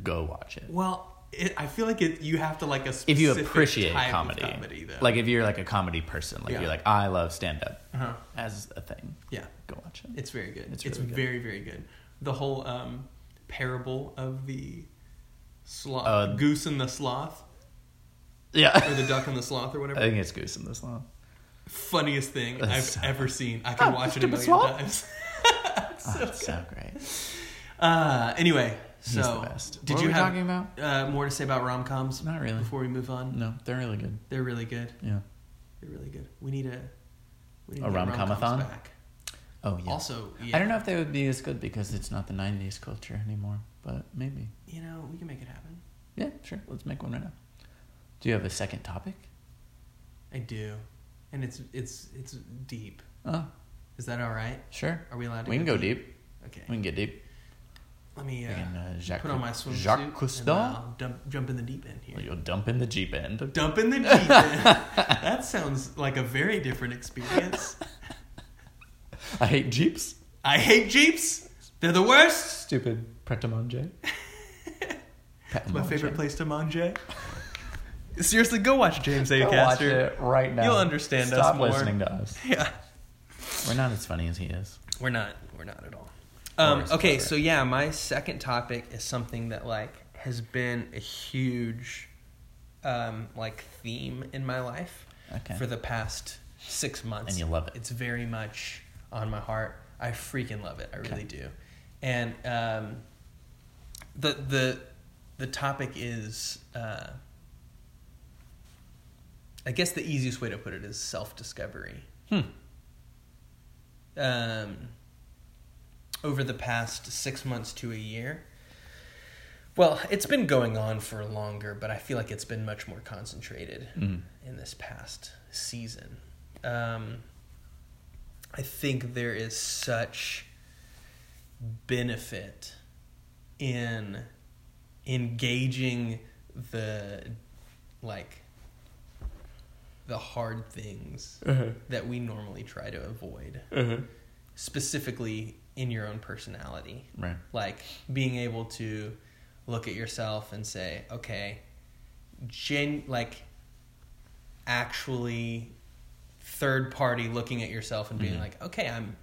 go watch it. Well, it, I feel like it, you have to like a specific If you appreciate type of comedy, comedy though. like if you're like a comedy person, like Yeah. you're like I love stand up uh-huh. as a thing, yeah, go watch it. It's very good. It's It's, really good. very very good. The whole um, parable of the sloth, Uh, goose and the sloth, yeah. or the duck and the sloth, or I whatever. think it's Goose in this one. Funniest thing Uh, That's I've so- ever seen. I can Oh, watch it a stupid million sloth. times. Oh, so it's so great. uh, anyway, Ah. He's so the best. did what were you we have talking about? uh, more to say about rom coms Not really. before we move on? No, they're really good. They're really good. Yeah. They're really good. We need a we need A to get rom-comathon? rom-coms back. Oh yeah. Also, yeah, I don't know if they would be as good because it's not the '90s culture anymore, but maybe. You know, we can make it happen. Yeah, sure. Let's make one right now. Do you have a second topic? I do, and it's it's it's deep. Oh, Is that all right? sure. Are we allowed to? We can go deep. Okay. We can get deep. Let me uh, We can, uh, Jacques, put on my swimsuit Jacques and uh, Cousteau. I'll dump, jump in the deep end Well, here. you'll dump in the jeep end. Dump in the deep end. that sounds like a very different experience. I hate jeeps. I hate jeeps. They're the worst. Stupid Pret-a-manger. It's my favorite place to manje. Seriously, go watch James A. Go watch Caster. it right now. You'll understand us Stop more. listening to us. Yeah. We're not as funny as he is. We're not. We're not at all. Or Um, is okay, clever. so yeah, my second topic is something that like has been a huge um, like theme in my life Okay. for the past six months, And you love it. It's very much on my heart. I freaking love it. I Okay. really do. And um, the the the topic is, uh, I guess, the easiest way to put it is self discovery Hmm. um, over the past six months to a year. Well, it's been going on for longer, but I feel like it's been much more concentrated Mm. in this past season um, I think there is such benefit in engaging the like the hard things Mm-hmm. Uh-huh. that we normally try to avoid Uh-huh. specifically in your own personality Right. like being able to look at yourself and say okay gen like actually third party looking at yourself and being Mhm. like okay i'm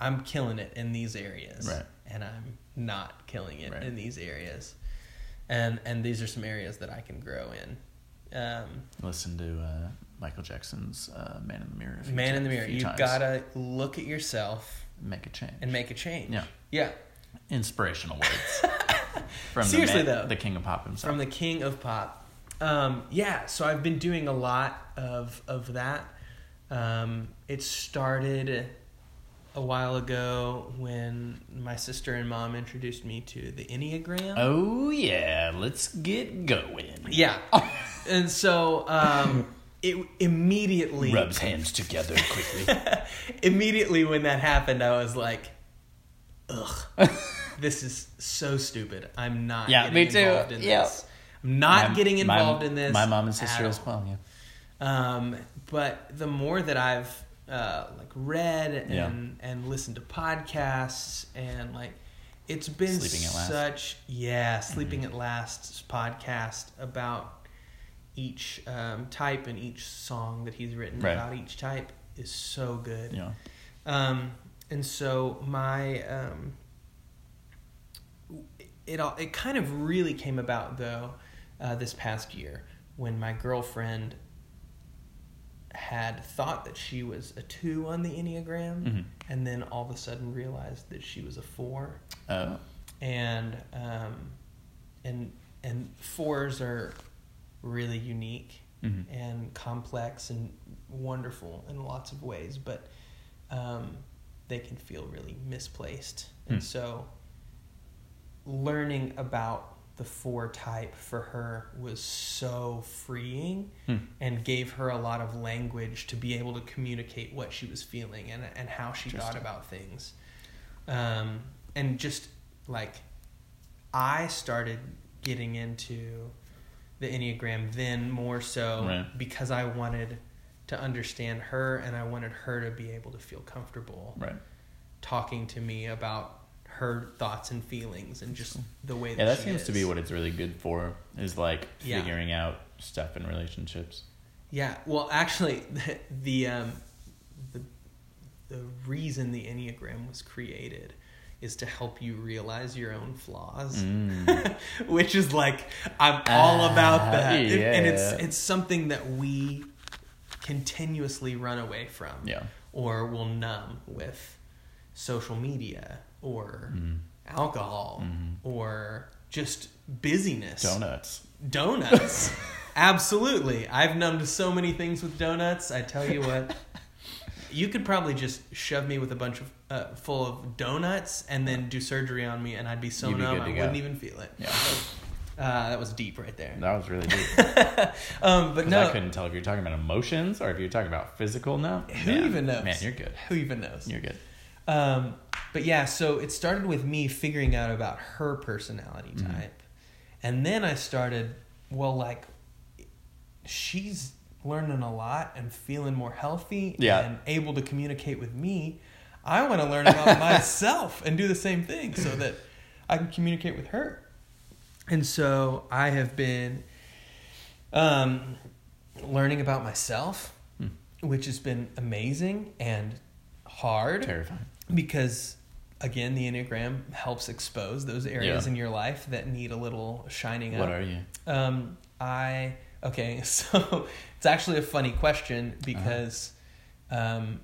i'm killing it in these areas Right. and i'm not killing it Right. in these areas and and these are some areas that i can grow in um Listen to uh, Michael Jackson's uh, "Man in the Mirror." a few man ti- in the mirror few you times. gotta look at yourself make a change and make a change Yeah. yeah inspirational words from Seriously, the man- though. the king of pop himself. from the king of pop. Um, yeah, so I've been doing a lot of of that. Um, it started a while ago when my sister and mom introduced me to the Enneagram. oh yeah, let's get going. Yeah, and so um, it immediately Rubs hands together quickly. immediately when that happened, I was like, ugh, this is so stupid. I'm not Yeah, getting me too. involved in Yeah. this. I'm not My- getting my- involved in this. My mom and at sister as all. well. Yeah. Um, but the more that I've uh, like read Yeah. and and listened to podcasts and like it's been Sleeping at Last. Mm-hmm. such yeah sleeping at last's podcast about each um, type and each song that he's written Right. about each type is so good Yeah. um, and so my um, it all it kind of really came about though uh, this past year when my girlfriend had thought that she was a two on the enneagram, Mhm. and then all of a sudden realized that she was a four Oh. and um, and and fours are really unique Mhm. and complex and wonderful in lots of ways, but um, they can feel really misplaced. Hmm. And so, learning about the four type for her was so freeing Hmm. and gave her a lot of language to be able to communicate what she was feeling and, and how she thought Interesting. about things. Um, and just like I started getting into the Enneagram then more so Right. because I wanted to understand her and I wanted her to be able to feel comfortable Right. talking to me about her thoughts and feelings and just the way that Yeah, that she seems to is. be what it's really good for is like Yeah. figuring out stuff in relationships. Yeah, well, actually, the the, um, the the reason the enneagram was created is to help you realize your own flaws, which is like I'm all Mm. Ah, about that, And- and it's yeah. it's something that we continuously run away from, Yeah. or will numb with social media or Mm. alcohol Mm-hmm. or just busyness Donuts. donuts. Absolutely. I've numbed so many things with donuts. I tell you what. You could probably just shove me with a bunch of uh, full of donuts and then do surgery on me, and I'd be so You'd be numb good I to go. wouldn't even feel it. Yeah. Uh, that was deep right there. That was really deep. Um, but 'Cause no, I couldn't tell if you're talking about emotions or if you're talking about physical now. who Man, even knows? Man, you're good. Who even knows? You're good. Um, but yeah, so it started with me figuring out about her personality type. And then I started, well, like, she's learning a lot and feeling more healthy Yeah. and able to communicate with me. I want to learn about myself and do the same thing so that I can communicate with her. And so I have been um, learning about myself, which has been amazing and hard Terrifying. because again the enneagram helps expose those areas Yeah. in your life that need a little shining What up are you? um i okay so it's actually a funny question Uh-huh. because um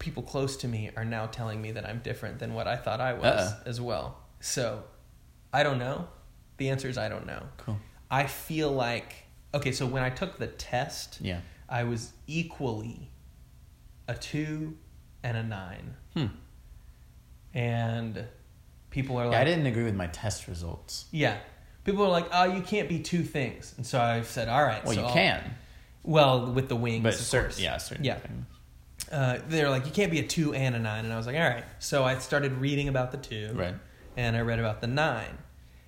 people close to me are now telling me that i'm different than what i thought i was Uh-oh. as well so i don't know the answer is i don't know Cool. i feel like okay so when i took the test Yeah. I was equally a two and a nine. Hmm. And people are Yeah, I like, yeah, didn't agree with my test results. people are like, oh, you can't be two things. And so I said, all right. Well, so you I'll- can. Well, with the wings, But of certain, course. yeah, certain Yeah. things. Uh, they're like you can't be a two and a nine, and I was like, all right. So I started reading about the two, Right. and I read about the nine,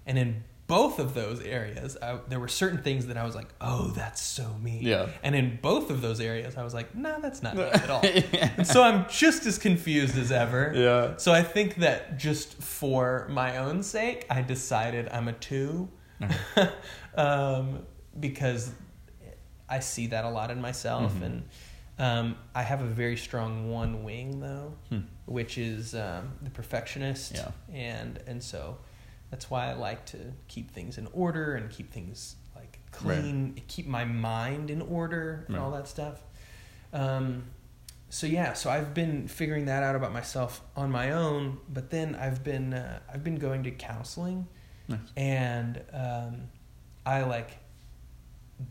and in both of those areas, I, there were certain things that I was like, oh, that's so me. Yeah. And in both of those areas, I was like, no, that's not me at all. And so I'm just as confused as ever. Yeah. So I think that just for my own sake, I decided I'm a two, um, because I see that a lot in myself, Mhm. and um, I have a very strong one wing though, Hmm. which is um, the perfectionist, Yeah. and and so that's why I like to keep things in order and keep things like Right. clean, keep my mind in order, and Right. all that stuff. Um, so yeah, so I've been figuring that out about myself on my own, but then I've been uh, I've been going to counseling, Nice. and um, I like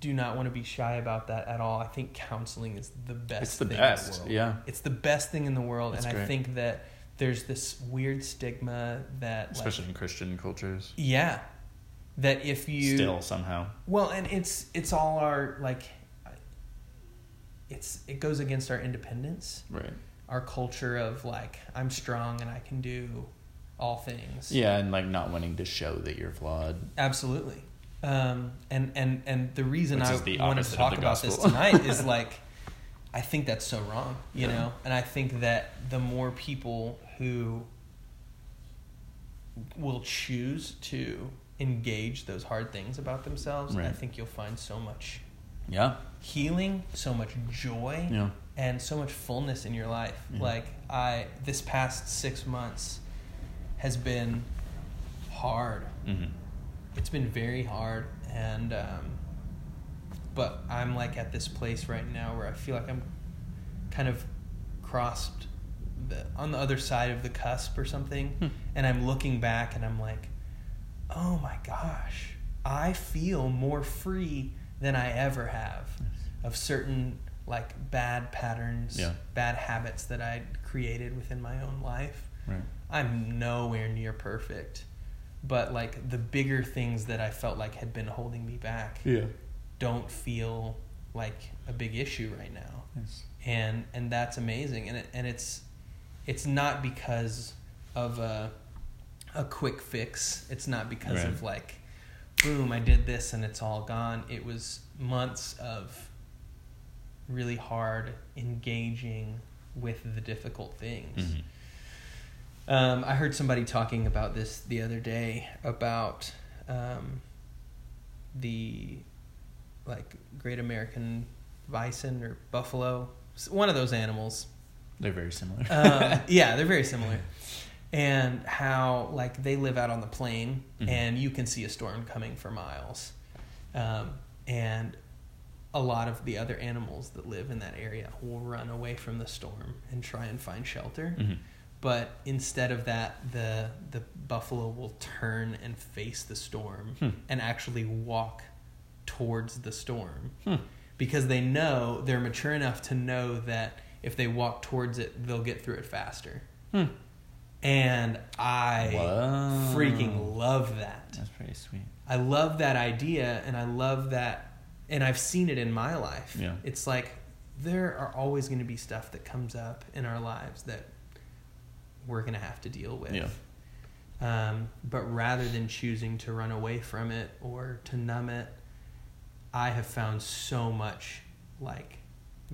do not want to be shy about that at all. I think counseling is the best. It's the thing In the best. world. Yeah. It's the best thing in the world, That's and I great. think that there's this weird stigma that, like, Especially in Christian cultures. yeah, that if you Still somehow. well, and it's it's all our like, it's it goes against our independence Right. our culture of like I'm strong and I can do all things. Yeah, and like not wanting to show that you're flawed. Absolutely. Um, and and and the reason Which I is the wanted opposite to of talk the about this gospel. tonight is like I think that's so wrong, you Yeah. know. And I think that the more people who will choose to engage those hard things about themselves, I Right. think you'll find so much Yeah. healing, so much joy, Yeah. and so much fullness in your life. Yeah. Like I, this past six months has been hard. hmm It's been very hard, and um, but I'm like at this place right now where I feel like I'm kind of crossed the, on the other side of the cusp or something, Hmm. and I'm looking back and I'm like, oh my gosh, I feel more free than I ever have of certain like bad patterns, Yeah. bad habits that I created within my own life. Right. I'm nowhere near perfect, but like the bigger things that I felt like had been holding me back Yeah. don't feel like a big issue right now Nice. and and that's amazing and it, and it's it's not because of a a quick fix it's not because Right. of like boom i did this and it's all gone it was months of really hard engaging with the difficult things Mhm. um, I heard somebody talking about this the other day about um, the like great American bison or buffalo, s- one of those animals. They're very similar. Um, yeah, they're very similar, and how like they live out on the plain, Mhm. and you can see a storm coming for miles, um, and a lot of the other animals that live in that area will run away from the storm and try and find shelter Mhm. but instead of that the the buffalo will turn and face the storm Hmm. and actually walk towards the storm Hmm. because they know they're mature enough to know that if they walk towards it they'll get through it faster Hmm. and i Wow. freaking love that That's pretty sweet. i love that idea and i love that and i've seen it in my life Yeah. it's like there are always going to be stuff that comes up in our lives that we're going to have to deal with Yeah. um, but rather than choosing to run away from it or to numb it, I have found so much like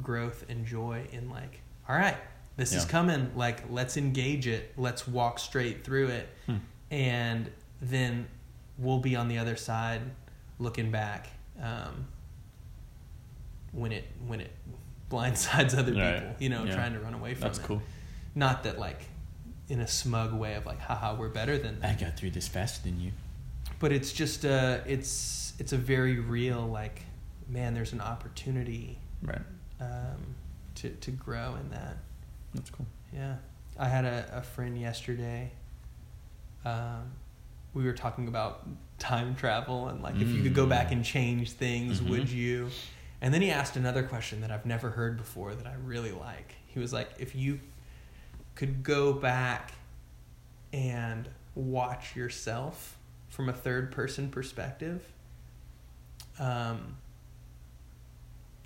growth and joy in like, all right, this is Yeah. coming. Like, let's engage it. Let's walk straight through it, Hmm. and then we'll be on the other side, looking back um, when it when it blindsides other Right. people. You know, Yeah. trying to run away from That's it cool. not that like in a smug way of like haha we're better than I that got through this faster than you. but it's just uh it's it's a very real like man there's an opportunity Right. um to to grow in that That's cool. yeah i had a, a friend yesterday um we were talking about time travel and like if you could go Mm. back and change things Mhm. would you and then he asked another question that i've never heard before that i really like he was like if you could go back and watch yourself from a third person perspective um,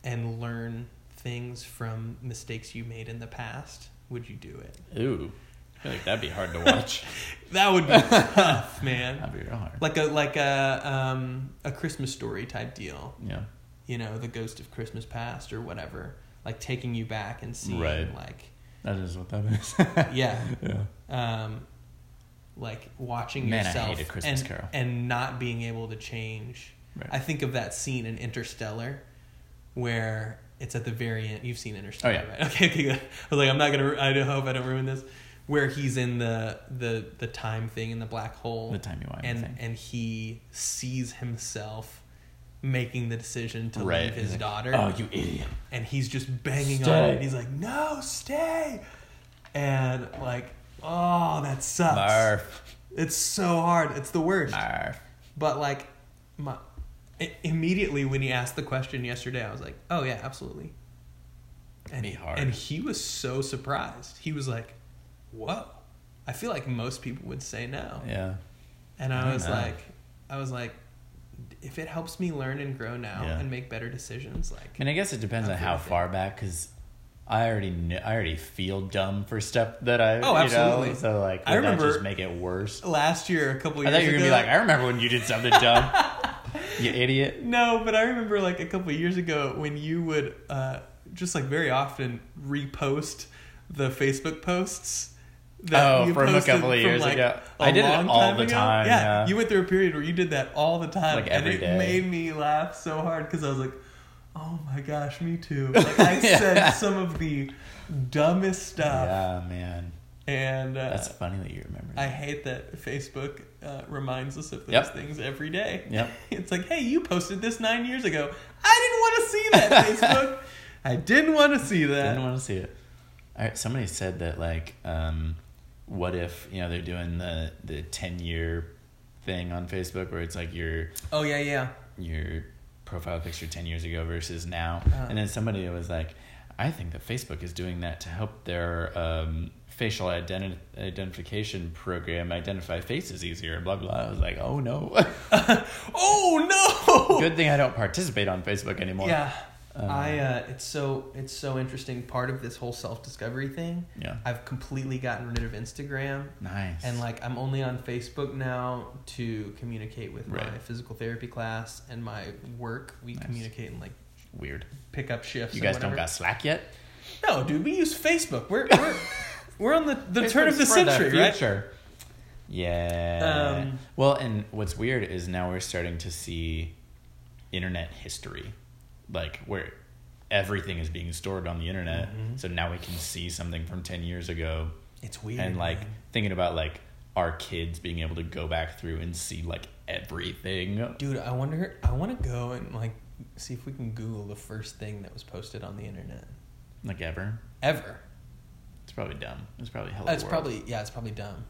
and learn things from mistakes you made in the past, would you do it? Ooh, I feel like that'd be hard to watch. That would be tough, man. that'd be real hard. Like a like a um, a Christmas story type deal. Yeah. You know, the ghost of Christmas past or whatever. Like taking you back and seeing Right. like That is what that is. yeah, yeah. um, like watching Man, I yourself hate A Christmas and, Carol. and not being able to change. Right. I think of that scene in Interstellar where it's at the very end. You've seen Oh, Interstellar, yeah. right? Okay, okay. Good. I was like, I'm not gonna. ru- I don't- hope I don't ruin this. Where he's in the the the time thing in the black hole, The timey wimey and thing. and he sees himself making the decision to right. leave his Like, daughter Oh, you idiot. and he's just banging on Stay. it. And he's like, "No, stay!" And like, oh, that sucks. Barf. It's so hard. It's the worst. Barf. But like, my i- immediately when he asked the question yesterday, I was like, "Oh yeah, absolutely." And Be hard. and he was so surprised. He was like, "Whoa!" I feel like most people would say no. Yeah. And I, I don't was know. like, I was like, if it helps me learn and grow now Yeah. and make better decisions, like I mean, I guess it depends I'm on how with it. far back, because I already kn- I already feel dumb for stuff that I. Oh, absolutely. You know? So like, I I remember remember- just make it worse. last year, a couple I years thought you were gonna ago, be like, I remember when you did something dumb. you idiot. No, but I remember like a couple of years ago when you would uh, just like very often repost the Facebook posts. Oh, from a couple of years ago. a I did it long all the time, yeah. you went through a period where you did that all the time, Like and every it day. made me laugh so hard because I was like, "Oh my gosh, me too!" Like I Yeah. said some of the dumbest stuff, Yeah, man. and uh, That's funny that you remember. I That. hate that Facebook uh, reminds us of those Yep. things every day. Yep. It's like, hey, you posted this nine years ago. I didn't want to see that, Facebook. I didn't want to see that. Didn't want to see it. I, somebody said that like, um, what if you know they're doing the the ten year thing on Facebook where it's like your oh, yeah, yeah. your profile picture ten years ago versus now, Uh. and then somebody was like, I think that Facebook is doing that to help their um, facial identi- identification program identify faces easier. Blah blah. I was like, oh no. Oh, no. Good thing I don't participate on Facebook anymore. Yeah. Um, I uh, it's so it's so interesting part of this whole self-discovery thing. Yeah. I've completely gotten rid of Instagram Nice. and like I'm only on Facebook now to communicate with my Right. physical therapy class and my work. We Nice. communicate and like weird. pick up shifts. You and guys don't whatever. got Slack yet? No, dude, we use Facebook. We're we're, we're on the, the turn of the Facebook's for century, right? future. Yeah. Um, well, and what's weird is now we're starting to see internet history, like where everything is being stored on the internet. Mhm. So now we can see something from ten years ago, It's weird. and like man. thinking about like our kids being able to go back through and see like everything. dude, I wonder. I want to go and like see if we can Google the first thing that was posted on the internet Like ever. ever. It's probably dumb. It's probably hell. It's probably yeah. It's probably dumb,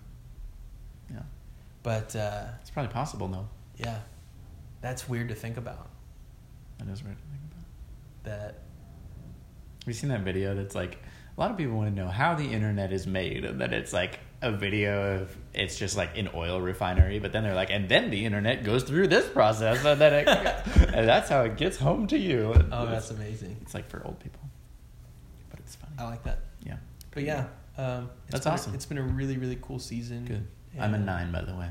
yeah. but uh, It's probably possible though. yeah, that's weird to think about. That is weird to think about. That Have you seen that video that's like a lot of people want to know how the internet is made and then it's like a video of it's just like an oil refinery, but then they're like, and then the internet goes through this process and then it and that's how it gets home to you. oh, that's it's, amazing. Oh. it's like for old people. But it's funny. I like that. Yeah. But yeah, um, it's That's been a- awesome. it's been a really really cool season. Good. I'm a and- nine by the way.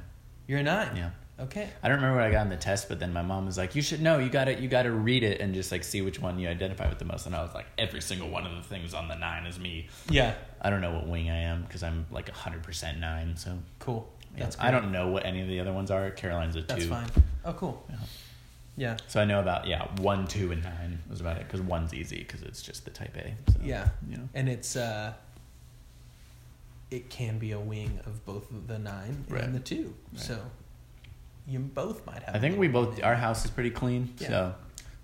You're a nine. Yeah. Okay. I don't remember what I got on the test, but then my mom was like, "You should know. You got to you got to read it and just like see which one you identify with the most." And I was like, "Every single one of the things on the nine is me." Yeah. I don't know what wing I am because I'm like hundred percent nine. So Cool. yeah. That's. I don't know what any of the other ones are. Caroline's a two. That's fine. Oh, cool. Yeah. Yeah. So I know about yeah one, two, and nine was about it because one's easy because it's just the type A. So, Yeah. You know. And it's uh it can be a wing of both the nine Right. and the two. Right. So you both might have I a think little we wing both in our it. house is pretty clean. Yeah. So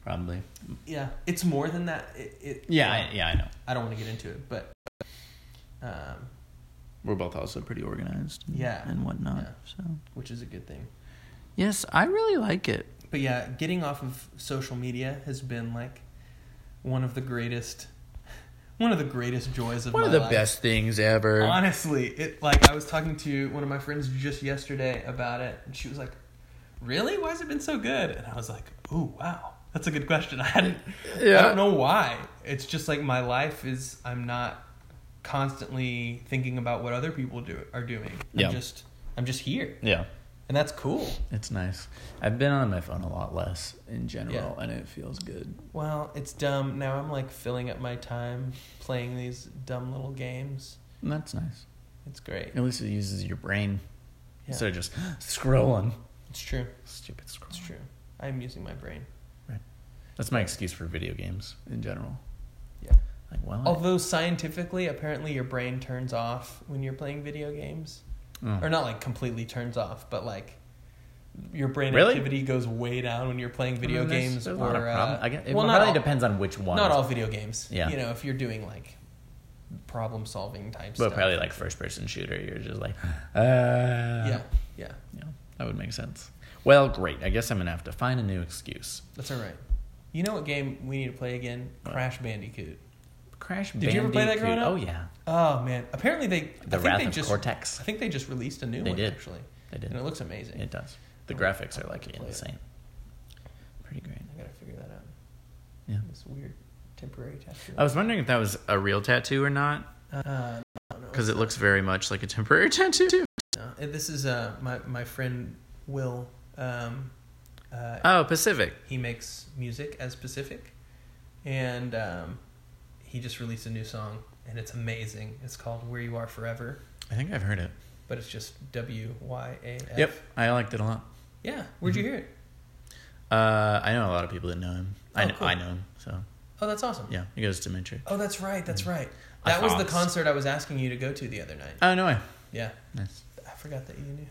probably. Yeah. It's more than that. It, it Yeah. well, I, yeah. I know. I don't want to get into it, but um We're both also pretty organized. And, Yeah. And whatnot. Yeah. So which is a good thing. yes, I really like it. But yeah, getting off of social media has been like one of the greatest one of the greatest joys of One my of the life. best things ever. Honestly, it like I was talking to one of my friends just yesterday about it, and she was like, "Really? Why has it been so good?" And I was like, "Oh wow, That's a good question. I hadn't. Yeah. I don't know why. It's just like my life is. I'm not constantly thinking about what other people do are doing. I'm Yeah. just. I'm just here, Yeah. and that's cool. It's nice. I've been on my phone a lot less in general, and it feels good. Well, it's dumb. Now I'm like filling up my time playing these dumb little games. And that's nice. It's great. At least it uses your brain Yeah. instead of just scrolling. It's true. Stupid scroll. It's true. I'm using my brain. That's my excuse for video games in general. Yeah. Oh, Like, well, I- Although scientifically, apparently your brain turns off when you're playing video games, Mm. or not like completely turns off, but like your brain Really? activity goes way down when you're playing video I mean, Oh. there's- games there's a or lot of problem- uh, I guess, it well, not really all, depends on which one. not all video games. Yeah. You know, if you're doing like problem solving type But stuff. probably like first person shooter, you're just like, uh, yeah. yeah, yeah, yeah. That would make sense. Well, great. I guess I'm going to have to find a new excuse. that's all right. You know what game we need to play again? Crash Bandicoot. Crash Did you ever play that growing Bandicoot. up? Oh, yeah. Oh man! Apparently they. The I think Wrath they of just, Cortex. I think they just released a new They one did. actually, They and did. it looks amazing. It does. The Oh, graphics are I'll like play it. insane. Pretty great. I gotta figure that out. Yeah. Oh. This weird temporary tattoo. I was wondering if that was a real tattoo or not, Uh, no, no, because it looks very much like a temporary tattoo. no. And This is uh my my friend Will. Um, uh, Oh, Pacific. he makes music as Pacific, and um, he just released a new song, and it's amazing. It's called "Where You Are Forever," I think I've heard it. but it's just W Y A F. Yep, Mm-hmm. I liked it a lot. Yeah. Where'd you hear it? Uh, I know a lot of people that know him. I Oh, know, cool. I know him. So Oh, that's awesome. yeah, he goes to Dimitri. Oh, that's right. That's right. I That was the thought- concert I was asking you to go to the other night. Oh no way. Yeah. Nice. I forgot that you knew. him.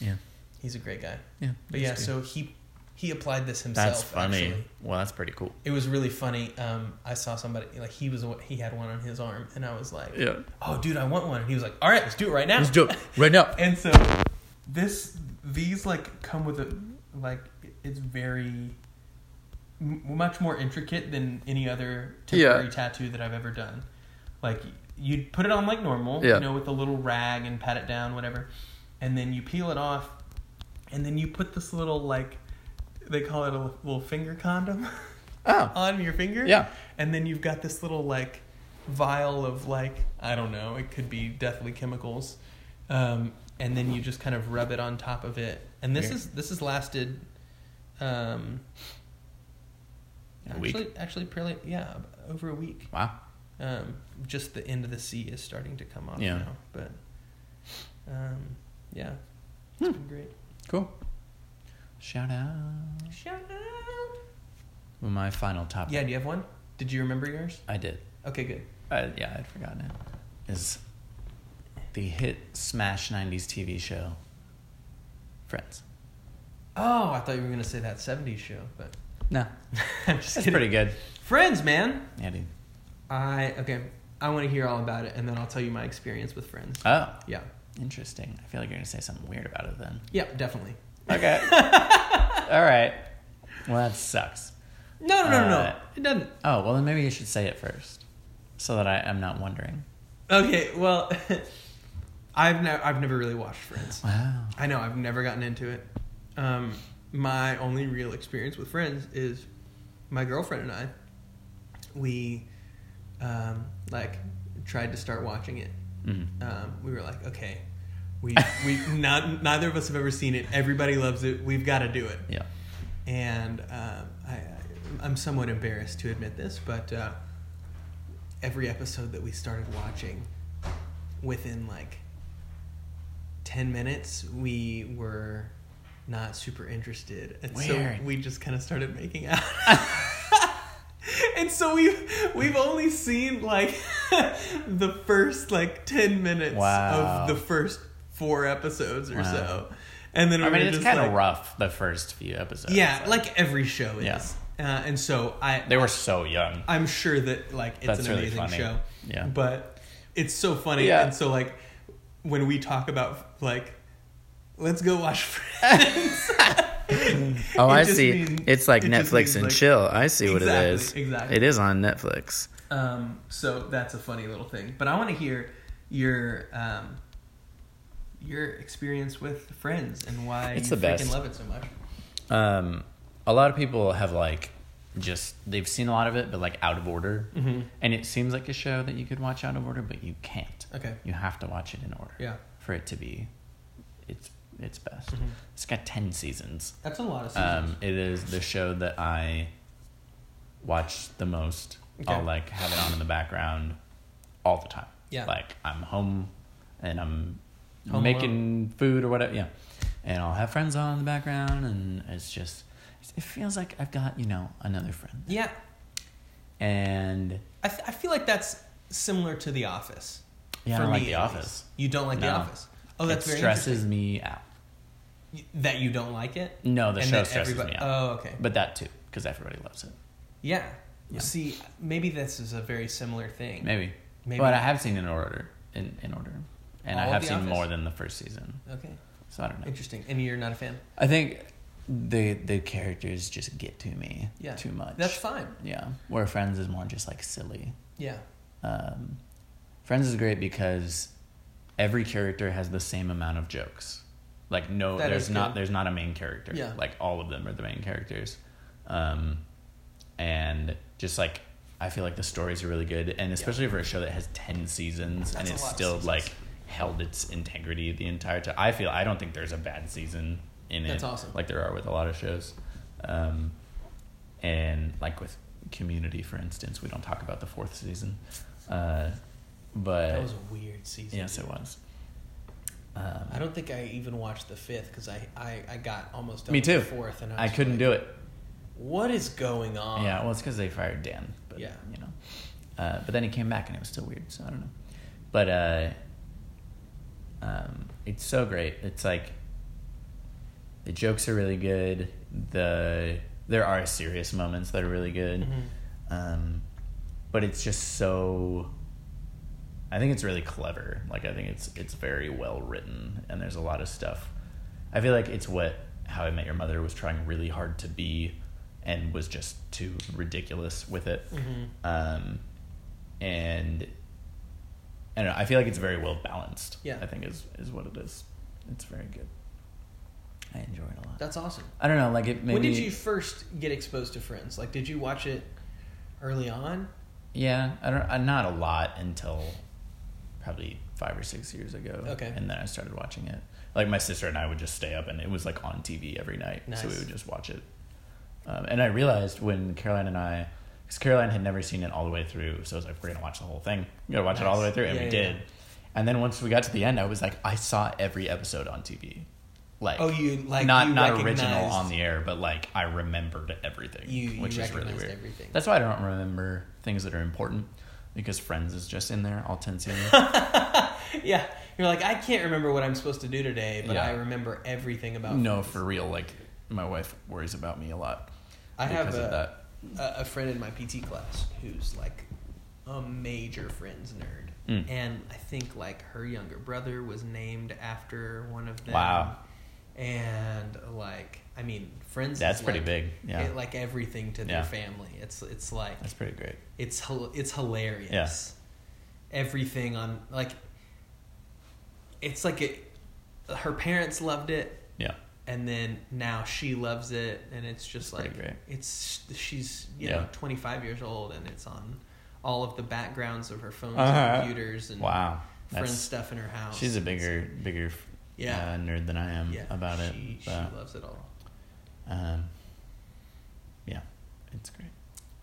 Yeah. He's a great guy. Yeah. But he's yeah, good. so he he applied this himself. that's funny. Actually. Well, that's pretty cool. It was really funny. Um, I saw somebody like he was he had one on his arm, and I was like, Yeah. "Oh, dude, I want one." And he was like, "All right, let's do it right now." Let's do it right now. And so this these like come with a like it's very m- much more intricate than any other temporary Yeah. tattoo that I've ever done. Like you'd put it on like normal, Yeah. you know, with a little rag and pat it down, whatever, and then you peel it off, and then you put this little like they call it a little finger condom Oh. on your finger. Yeah. And then you've got this little like vial of like I don't know, it could be deathly chemicals. Um, and then you just kind of rub it on top of it. And this Yeah. is this has lasted um A week. actually actually pretty yeah, over a week. Wow. Um, just the end of the sea is starting to come off Yeah. now, but um, yeah. it's Hmm. been great. Cool. Shout out. Shout out. My final topic. Yeah, do you have one? Did you remember yours? I did. Okay, good. Uh, yeah, I'd forgotten it. Is the hit smash '90s TV show Friends? Oh, I thought you were gonna say that '70s show, but No, I'm it's just kidding. pretty good. Friends, man. Yeah, dude. I okay. I want to hear all about it, and then I'll tell you my experience with Friends. Oh, Yeah, interesting. I feel like you're gonna say something weird about it then. yeah, definitely. Okay. All right. Well, that sucks. No, no, no, no, no. Uh, It doesn't. Oh, well, then maybe you should say it first so that I, I'm not wondering. Okay, well, I've never, I've never really watched Friends. Wow. I know I've never gotten into it. Um, my only real experience with Friends is my girlfriend and I. We, um, like, tried to start watching it, Mm. um, we were like, okay, we we not, neither of us have ever seen it. Everybody loves it. We've got to do it. Yeah. And um, I, I I'm somewhat embarrassed to admit this, but uh, every episode that we started watching, within like ten minutes, we were not super interested, and Weird. so we just kind of started making out. And so we've we've only seen like the first like ten minutes Wow. of the first four episodes or Wow. so, and then we I mean, were it's just kind of like, rough the first few episodes. Yeah, like every show is, Yeah. uh, and so I They were so young. I'm sure that like it's That's an really amazing funny. show, Yeah. but it's so funny, Yeah. and so like when we talk about like let's go watch Friends. Oh, It I just see. means- it's like it Netflix just means, and like- chill. I see what Exactly, it is. exactly. It is on Netflix. Um, so that's a funny little thing. But I want to hear your um, your experience with Friends and why It's you the best. freaking love it so much. Um, a lot of people have like just they've seen a lot of it, but like out of order. Mm-hmm. And it seems like a show that you could watch out of order, but you can't. Okay. You have to watch it in order Yeah. Mm-hmm. for it to be its its best. It's got ten seasons. That's a lot of seasons. Um, it is the show that I watch the most. I'll Okay. like have it on in the background all the time. Yeah. Like I'm home and I'm Home making food or whatever. Yeah. And I'll have friends on in the background and it's just it feels like I've got, you know, another friend. yeah. And I, f- I feel like that's similar to The Office. yeah, I for don't like me, The at Office. least. You don't like The No. Office. Oh, that's it very stresses me out. interesting. You- That you don't like it. No, Oh, the and show that stresses me everybody. out. Oh, okay. but that too, because everybody loves it. Yeah. Yeah. See, maybe this is a very similar thing. Maybe. Maybe. But I have seen it in order. In, in order. And I All of have The seen Office? more than the first season. Okay. So I don't know. Interesting. And you're not a fan. I think the the characters just get to me Yeah. too much. That's fine. yeah. Where Friends is more just like silly. Yeah. Um, Friends is great because every character has the same amount of jokes. Like no, That there's is not good. there's not a main character. Yeah. Like all of them are the main characters, um, and just like I feel like the stories are really good, and especially for a show that has ten seasons and That's a it's lot of still seasons. like held its integrity the entire time. I feel I don't think there's a bad season in That's it. awesome. Like there are with a lot of shows, um, and like with Community, for instance, we don't talk about the fourth season, uh, but That was a weird season. yes, it was. I Um, don't think I even watched the fifth because I, I, I got almost done Me with too. the fourth and I, I was couldn't like, do it. What is going on? Yeah, well, it's because they fired Dan. But, Uh. Yeah. You know. Uh, but then he came back and it was still weird, so I don't know. But uh, um, it's so great. It's like the jokes are really good. The there are serious moments that are really good, Mm-hmm. Mm-hmm. um, but it's just so. I think it's really clever. Like I think it's it's very well written, and there's a lot of stuff. I feel like it's what How I Met Your Mother was trying really hard to be, and was just too ridiculous with it. Mm-hmm. Um, and I don't know. I feel like it's very well balanced. Yeah. I think is is what it is. It's very good. I enjoy it a lot. That's awesome. I don't know. Like it. Maybe, When did you? First, get exposed to Friends. Like, did you watch it early on? Yeah, I don't. I, not a lot until probably five or six years ago. Okay. And then I started watching it. Like my sister and I would just stay up, and it was like on TV every night, so we Nice. would just watch it. Um, and I realized when Caroline and I, because Caroline had never seen it all the way through, so I was like, "We're gonna watch the whole thing. You gotta watch it all the way Nice. through," and we Yeah, yeah, did. And then once we got to the end, I was like, "I saw every episode on TV." Like, Oh, you like not you not recognized, original on the air, but like I remembered everything, You, you which is recognized really weird. everything. That's why I don't remember things that are important because Friends is just in there all ten seasons. yeah. You're like I can't remember what I'm supposed to do today, but Yeah. I remember everything about. no, Friends. for real. Like my wife worries about me a lot. I have because a- of that. a, a friend in my PT class who's like a major Friends nerd, Mm. and I think like her younger brother was named after one of them. Wow. And like, I mean, Friends. is, That's pretty like, big. Yeah, it- like everything to their Yeah. family. It's it's like that's pretty great. it's hil- it's hilarious. Everything on like it's like it. Her parents loved it, Yeah, and then now she loves it, and it's just pretty like great. it's she's you Yeah. know 25 years old, and it's on all of the backgrounds of her phones Uh-huh. and computers and wow. friends That's stuff in her house. she's a bigger bigger Yeah. uh, nerd than I am yeah about it. She, she but, loves it all. um, yeah, it's great.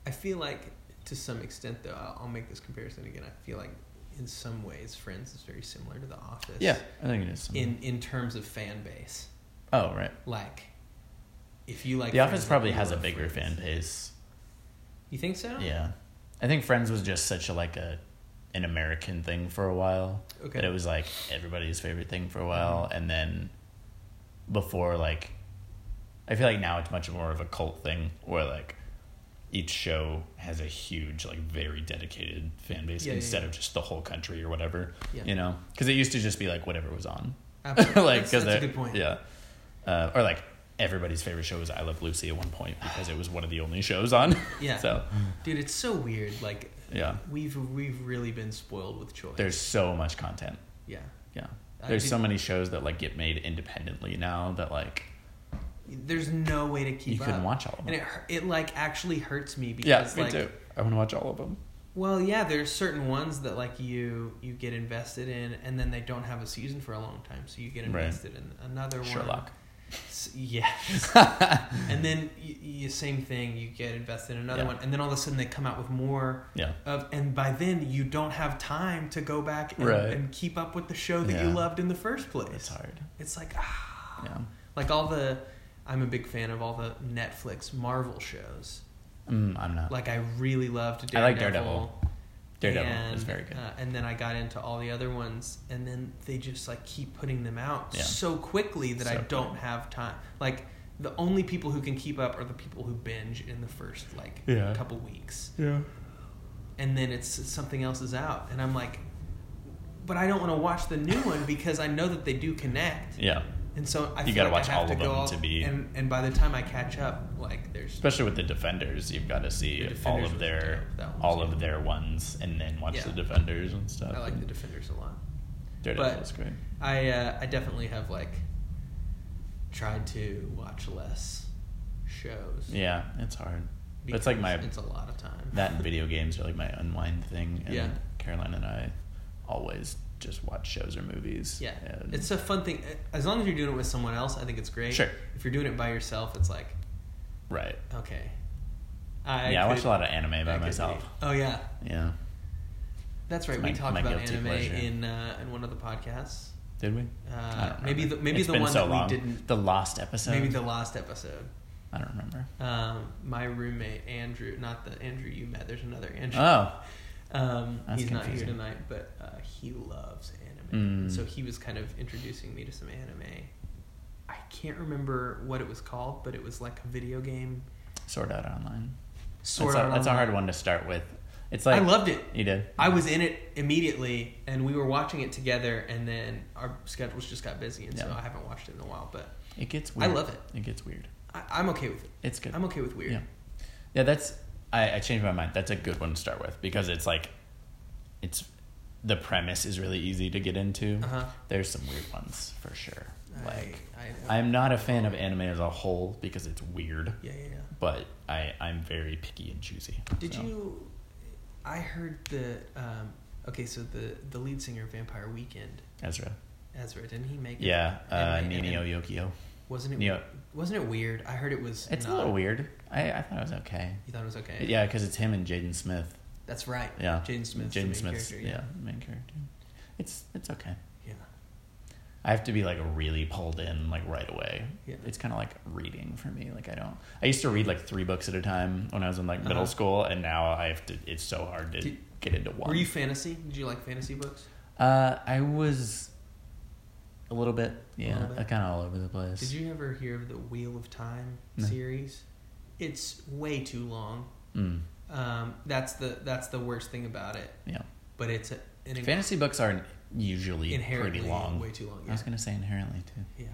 I feel like, to some extent, though, I'll, I'll make this comparison again. I feel like, in some ways, Friends is very similar to The Office. Yeah, I think it is. something. In in terms of fan base, oh right, like, if you like, The Office Friends, probably you has a love bigger Friends. fan base. You think so? Yeah, I think Friends was just such a like a an American thing for a while. Okay. That it was like everybody's favorite thing for a while, Mm-hmm. and then before like, I feel like now it's much more of a cult thing where like each show has a huge like very dedicated fan base Yeah, yeah, instead yeah. of just the whole country or whatever. Yeah. You know, because it used to just be like whatever was on. Absolutely. like that's, that's a they- good point. Yeah, uh, or like everybody's favorite show was I Love Lucy at one point because it was one of the only shows on. Yeah. so Dude, it's so weird. Like, yeah, we've we've really been spoiled with choice. there's so much content. yeah. Yeah, I there's did- so many shows that like get made independently now that like there's no way to keep You couldn't up. watch all of them. And it hur- it like actually hurts me Yeah, because me like too. I want to watch all of them. well yeah there's certain ones that like you you get invested in and then they don't have a season for a long time so you get Right. invested in another one. Sherlock. S- Yeah. and then you, you same thing. You get invested in another Yeah. one, and then all of a sudden they come out with more Yeah. of, and by then you don't have time to go back and, Right. and keep up with the show that you Yeah. loved in the first place. It's hard. It's like ah, Yeah. like all the. I'm a big fan of all the Netflix Marvel shows. Mm, I'm not. Like I really loved I Daredevil. like Daredevil. Daredevil and, is very good. Uh, and then I got into all the other ones, and then they just like keep putting them out Yeah. so quickly that I So don't have time. Like the only people who can keep up are the people who binge in the first like Yeah. couple weeks, yeah. and then it's something else is out, and I'm like, but I don't want to watch the new one because I know that they do connect, Yeah. and so I You feel gotta like watch I have all to of go them all, to be- And and by the time I catch up, like there's Especially with the defenders, you've got to see all The Defenders of was their dope. That one was all of good. their ones, and then watch Yeah. the defenders and stuff. I like and the defenders a lot. Daredevil but- is great. I uh, I definitely have like tried to watch less shows. Yeah, it's hard. But it's like because my it's a lot of time. that and video games are like my unwind thing. And Yeah. Caroline and I always just watch shows or movies. yeah, and- it's a fun thing. As long as you're doing it with someone else, I think it's great. Sure. If you're doing it by yourself, it's like right. okay. I yeah, I watch could- a lot of anime I by could be- myself. Oh yeah, Yeah. that's right. It's we my- talked my about guilty anime pleasure. in uh, in one of the podcasts. Did we? I Uh, don't maybe the, remember. maybe It's the been one so that long. we didn't. The lost episode. Maybe the last episode. I don't remember. Um, my roommate Andrew, not the Andrew you met. There's another Andrew. Oh, Um, That's he's not here confusing. tonight, but uh, he loves anime. And Mm. So he was kind of introducing me to some anime. I can't remember what it was called, but it was like a video game Sword Art Online. sort that's, of. a, that's a hard one to start with. It's like I loved it. You did. I was in it immediately, and we were watching it together, and then our schedules just got busy, and so Yeah. I haven't watched it in a while. But It gets I weird. love it. It gets weird. I, I'm okay with it. It's good. I'm okay with weird. Yeah. Yeah, that's I, I changed my mind. That's a good one to start with because it's like it's the premise is really easy to get into. Uh-huh. There's some weird ones for sure. Like I, I, I, am not a fan of anime as a whole because it's weird, yeah, yeah, yeah. but I I'm very picky and choosy. Did so. you? I heard that. Um, okay, so the the lead singer of Vampire Weekend, Ezra? Ezra, didn't he make it? Yeah, uh, And- Nini and- Oyokio. Wasn't it? Neo. Wasn't it weird? I heard it was. It's not, a little weird. I I thought it was okay. You thought it was okay. Yeah, because it's him and Jaden Smith. that's right. Yeah, Jaden Smith. Jaden Jaden Smith's Character, yeah. yeah main character. It's it's okay. yeah, I have to be like really pulled in like right away. Yeah. It's kind of like reading for me. Like I don't. I used to read like three books at a time when I was in like middle Uh-huh. school, and now I have to. It's so hard to Did- get into one. Were you fantasy? Did you like fantasy books? uh, I was a little bit. Yeah, little bit? kind of all over the place. Did you ever hear of the Wheel of Time No. series? It's way too long. Mm, Um, that's the that's the worst thing about it. yeah. But it's a, an Fantasy books are usually inherently pretty long. way too long. I Yeah. was gonna say inherently too. Yeah.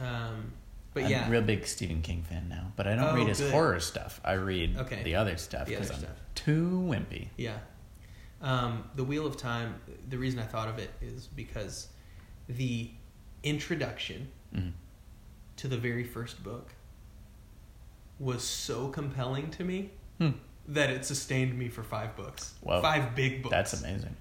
Um, but I'm yeah. a real big Stephen King fan now, but I don't Oh, read his good. horror stuff. I read Okay. the other stuff The other because I'm stuff. too wimpy. yeah. Um, the Wheel of Time, the reason I thought of it is because the introduction Mhm. to the very first book was so compelling to me Hmm. that it sustained me for five books. Wow. Five big books. That's amazing.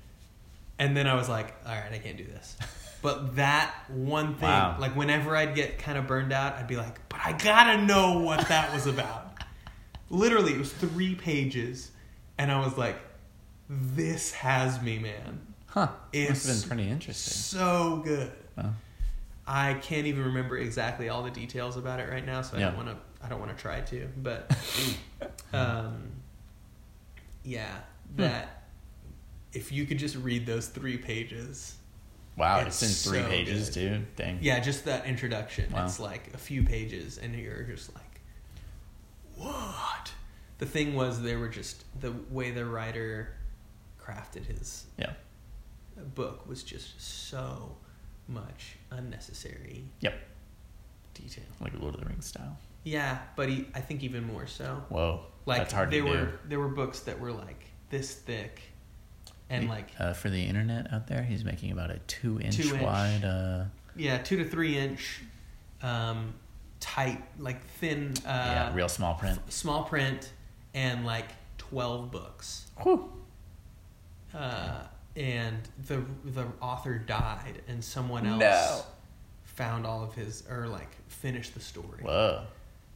And then I was like, all right, I can't do this. But that one thing, Wow. like whenever I'd get kind of burned out, I'd be like, but I gotta know what that was about. Literally, it was three pages, and I was like, this has me, man. Huh. It's- Must have been pretty interesting. So good. Well, I can't even remember exactly all the details about it right now, so I Yeah. don't want to. I don't want to try to, but um, Hmm. yeah, that if you could just read those three pages, wow, It's it's, in three so pages, good. dude. Dang. Yeah, just that introduction. Wow. It's like a few pages, and you're just like, what? The thing was, they were just the way the writer crafted his Yeah. book was just so much unnecessary Yep. detail. Like Lord of the Rings style. Yeah, but he, I think even more so. Whoa. Like That's hard there to were do. there were books that were like this thick, and like uh, for the internet out there, he's making about a two inch Two-inch. wide. Uh, yeah, two to three inch um, tight, like thin, uh, yeah, real small print. small print, and like twelve books. Uh, and the the author died, and someone else No. found all of his or like finished the story Whoa.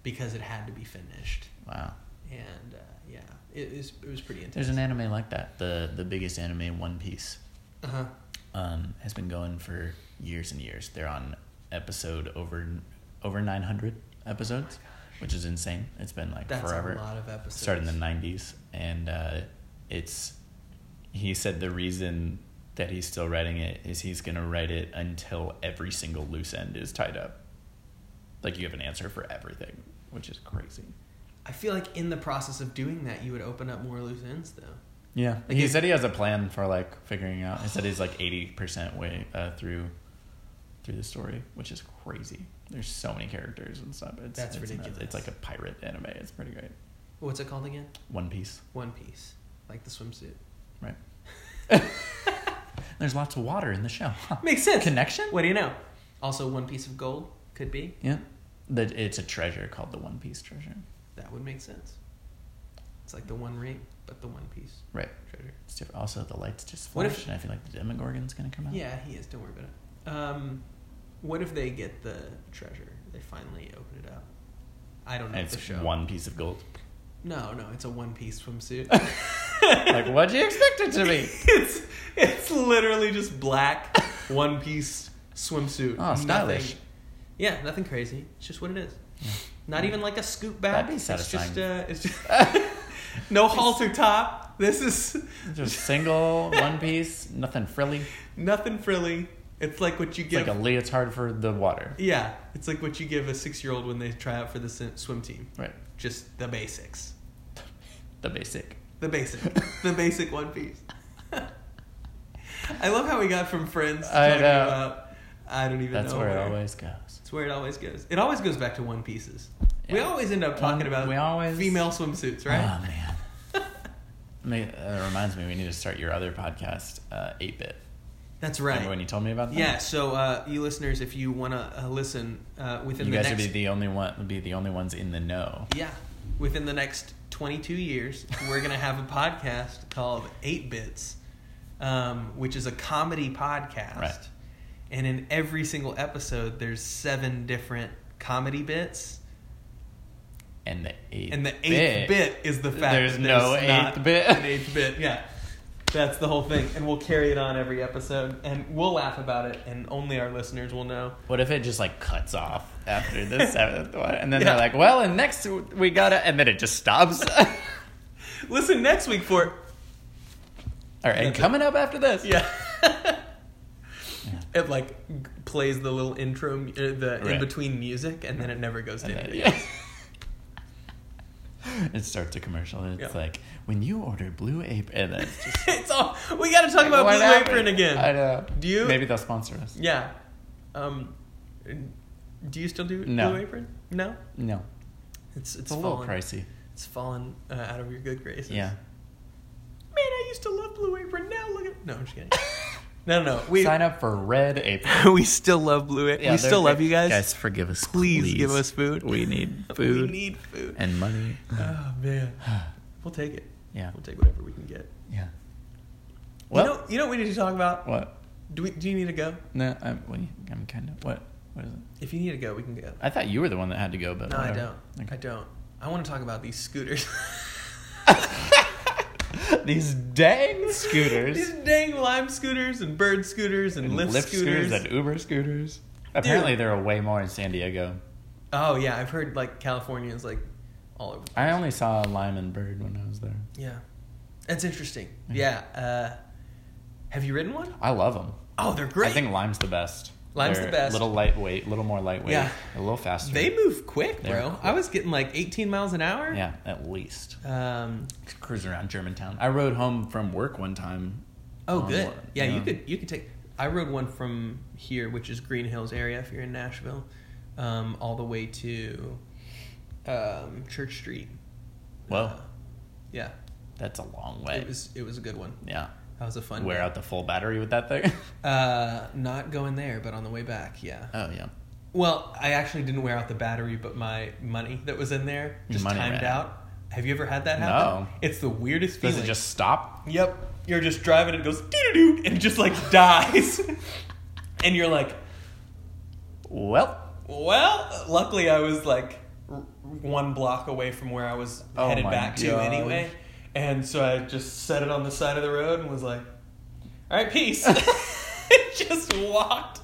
because it had to be finished. Wow. And uh, yeah, it, was it was pretty intense. There's an anime like that. The the biggest anime, One Piece, uh-huh. um, has been going for years and years. They're on episode over over 900 episodes, which is insane. It's been like That's forever. a lot of episodes. started in the 90s and uh, it's he said the reason that he's still writing it is he's going to write it until every single loose end is tied up like you have an answer for everything which is crazy I feel like in the process of doing that, you would open up more loose ends, though. yeah Like he if- said he has a plan for like figuring out he said he's like 80% way uh, through through the story which is crazy there's so many characters and stuff it's, That's it's nuts. ridiculous. it's like a pirate anime it's pretty great What's it called again? one piece One Piece, like the swimsuit. Right. There's lots of water in the show. Huh. Makes sense. Connection? What do you know? Also, one piece of gold could be. Yeah. That it's a treasure called the One Piece treasure. That would make sense. It's like the One Ring, but the One Piece Right. treasure. It's different. Also, the lights just What flash, if- and I feel like the Demogorgon's gonna come out. Yeah, he is. Don't worry about it. Um, what if they get the treasure? They finally open it up. I don't know. And if it's the show. one piece of gold. No, no, it's a one piece swimsuit. like, what'd you expect it to be? it's it's literally just black one piece swimsuit. Oh, stylish. Nothing- yeah, nothing crazy. It's just what it is. Yeah. Not even like a scoop That'd back. be It's just, uh, it's just no halter top. This is Just single one piece, nothing frilly. nothing frilly. It's like what you It's give. like a leotard for the water. yeah, it's like what you give a six year old when they try out for the s- swim team. Right. Just the basics. The basic. The basic. the basic One Piece. I love how we got from friends to I talking know. about. I don't even That's know where it always goes. It's where it always goes. It always goes back to One Pieces. We Yeah. always end up talking One- about we always- female swimsuits, right? Oh man. I mean, that reminds me, we need to start your other podcast, uh, 8-Bit. That's right. Remember when you told me about that? yeah. So, uh, you listeners, if you want to uh, listen uh, within you the guys next, would be the only one would be the only ones in the know. yeah, within the next 22 years, we're gonna have a podcast called Eight Bits, um, which is a comedy podcast. Right. And in every single episode, there's seven different comedy bits, And the eighth and the eighth bit, is the fact There's that no there's not eighth bit. An eighth bit, yeah. That's the whole thing, and we'll carry it on every episode, and we'll laugh about it, and only our listeners will know. What if it just like cuts off after the seventh one, and then Yeah. they're like, "Well, and next we gotta," and then it just stops. All Listen next week for it. right, and That's it. coming up after this, Yeah. it like g- plays the little intro, mu- uh, the Right. in between music, and then it never goes to And then- anything. yeah. it starts a commercial. And it's Yeah. like when you order Blue Apron, and then it's just it's all we got to talk about What Blue happened? Apron again. I know. Do you- Maybe they'll sponsor us. Yeah. Um, do you still do No. Blue Apron? No. No, It's it's, it's a little fallen- pricey. It's fallen uh, out of your good graces. Yeah. Man, I used to love Blue Apron. Now look at no, I'm just kidding. no, no, no. We Sign up for Red Apron. we still love Blue Apron. Yeah, we they're still love great. you guys. Guys, forgive us. Please give us food. We need we food need food. and money. oh man, we'll take it. Yeah. We'll take whatever we can get. Yeah. Well, you know, you know what we need to talk about. what? Do we? Do you need to go? No, I'm, what do you- I'm kind of. What? What is it? If you need to go, we can go. I thought you were the one that had to go, but No, I whatever. don't. I don't. I want to talk about these scooters. don't. These dang scooters, these dang Lime scooters and Bird scooters and, And Lyft, scooters. and Uber scooters. Apparently, there are way more in San Diego. oh yeah, I've heard like California is like all over. I only saw a lime and bird when I was there. Yeah, that's interesting. Yeah. Yeah. Uh, have you ridden one? I love them. Oh, they're great. I think lime's the best. Lime's They're the best. Little lightweight, little more lightweight. Yeah. A little faster. they move quick, They're bro. quick. I was getting like 18 miles an hour. Yeah, at least. Um, cruising around Germantown. I rode home from work one time. Um, Oh, on good. one. Yeah, you could you could take. I rode one from here, which is Green Hills area, if you're in Nashville, um, all the way to um, Church Street. Well, Uh, yeah, that's a long way. it was it was a good one. yeah, That was a fun. wear day. out the full battery with that thing. Uh, not going there, but on the way back, yeah. oh yeah, Well, I actually didn't wear out the battery, but my money that was in there just Money timed ran out. out. Have you ever had that happen? No. It's the weirdest Does feeling. it just stop? Yep. You're just driving and it goes doo doo and it just like dies. and you're like, Well, well, luckily I was like r- one block away from where I was Oh headed my back to gosh. anyway. And so I just set it on the side of the road and was like, all right, peace. It just walked.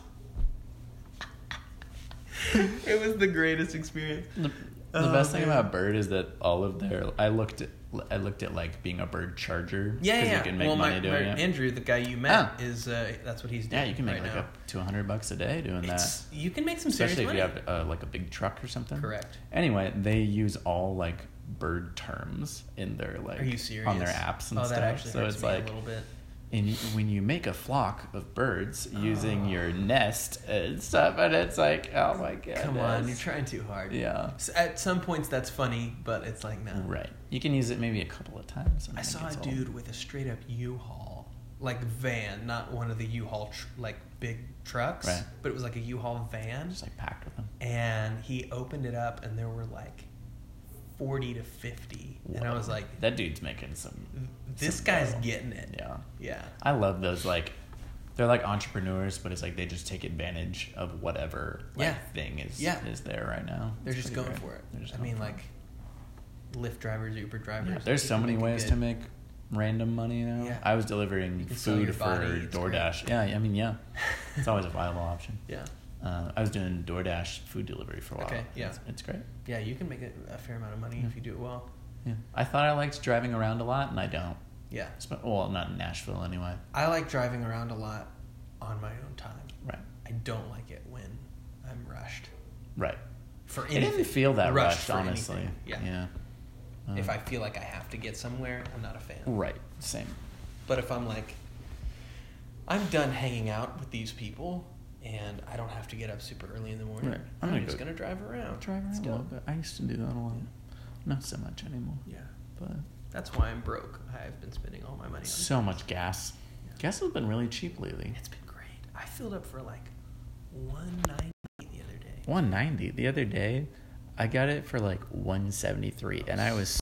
it was the greatest experience. the, the Oh, best thing man. about Bird is that all of their I looked at I looked at like being a bird charger. Yeah, 'cause yeah. You can make well, money my, doing my- it. Andrew, the guy you met, Oh. is uh, that's what he's doing. yeah, you can make right like now. up to hundred bucks a day doing that. It's- you can make some Especially if serious you money. have uh, like a big truck or something. Correct. Anyway, they use all like bird terms in their like Are you serious? on their apps and oh, stuff. That actually so hurts it's me like a little bit. and you, when you make a flock of birds using Oh. your nest and stuff, and it's like, oh my god, Come on, you're trying too hard. yeah, S- At some points, that's funny, but it's like no. right. You can use it maybe a couple of times. and I then it saw a gets old. dude with a straight up U-Haul, like van, not one of the U-Haul tr- like big trucks, Right. but it was like a U-Haul van, just like packed with them. and he opened it up, and there were like forty to fifty, and I Whoa. was like, that dude's making some. this some guy's dough. getting it. Yeah, Yeah. I love those. Like, they're like entrepreneurs, but it's like they just take advantage of whatever like, Yeah. thing is Yeah. is there right now. They're It's just pretty going great. for it. They're just I going mean, for it. like Lyft drivers, Uber drivers. Yeah, there's they so can many make it ways good. to make random money now. Yeah. I was delivering can sell your food for body, it's great. DoorDash. Yeah, I mean, yeah, it's always a viable option. Yeah, Uh, I was doing DoorDash food delivery for a while. Okay, yeah. it's, it's great. yeah, you can make a, a fair amount of money if you do it well. Yeah, I thought I liked driving around a lot, and I don't. Yeah, Sp- Well, not in Nashville anyway. I like driving around a lot on my own time. Right, I don't like it when I'm rushed right. for It anything. didn't feel that rushed, for honestly. anything. Yeah. Yeah. If Uh, I feel like I have to get somewhere, I'm not a fan. right, same. But if I'm like, I'm done hanging out with these people, and I don't have to get up super early in the morning, Right. I'm I'm, gonna just go- gonna drive around. Drive around Let's a go. little bit. I used to do that a lot. Not so much anymore, Yeah, but. that's why I'm broke. I've been spending all my money on. So much gas. Yeah. Gas has been really cheap lately. It's been great. I filled up for like one ninety the other day. One ninety the other day. I got it for like one seventy three, and I was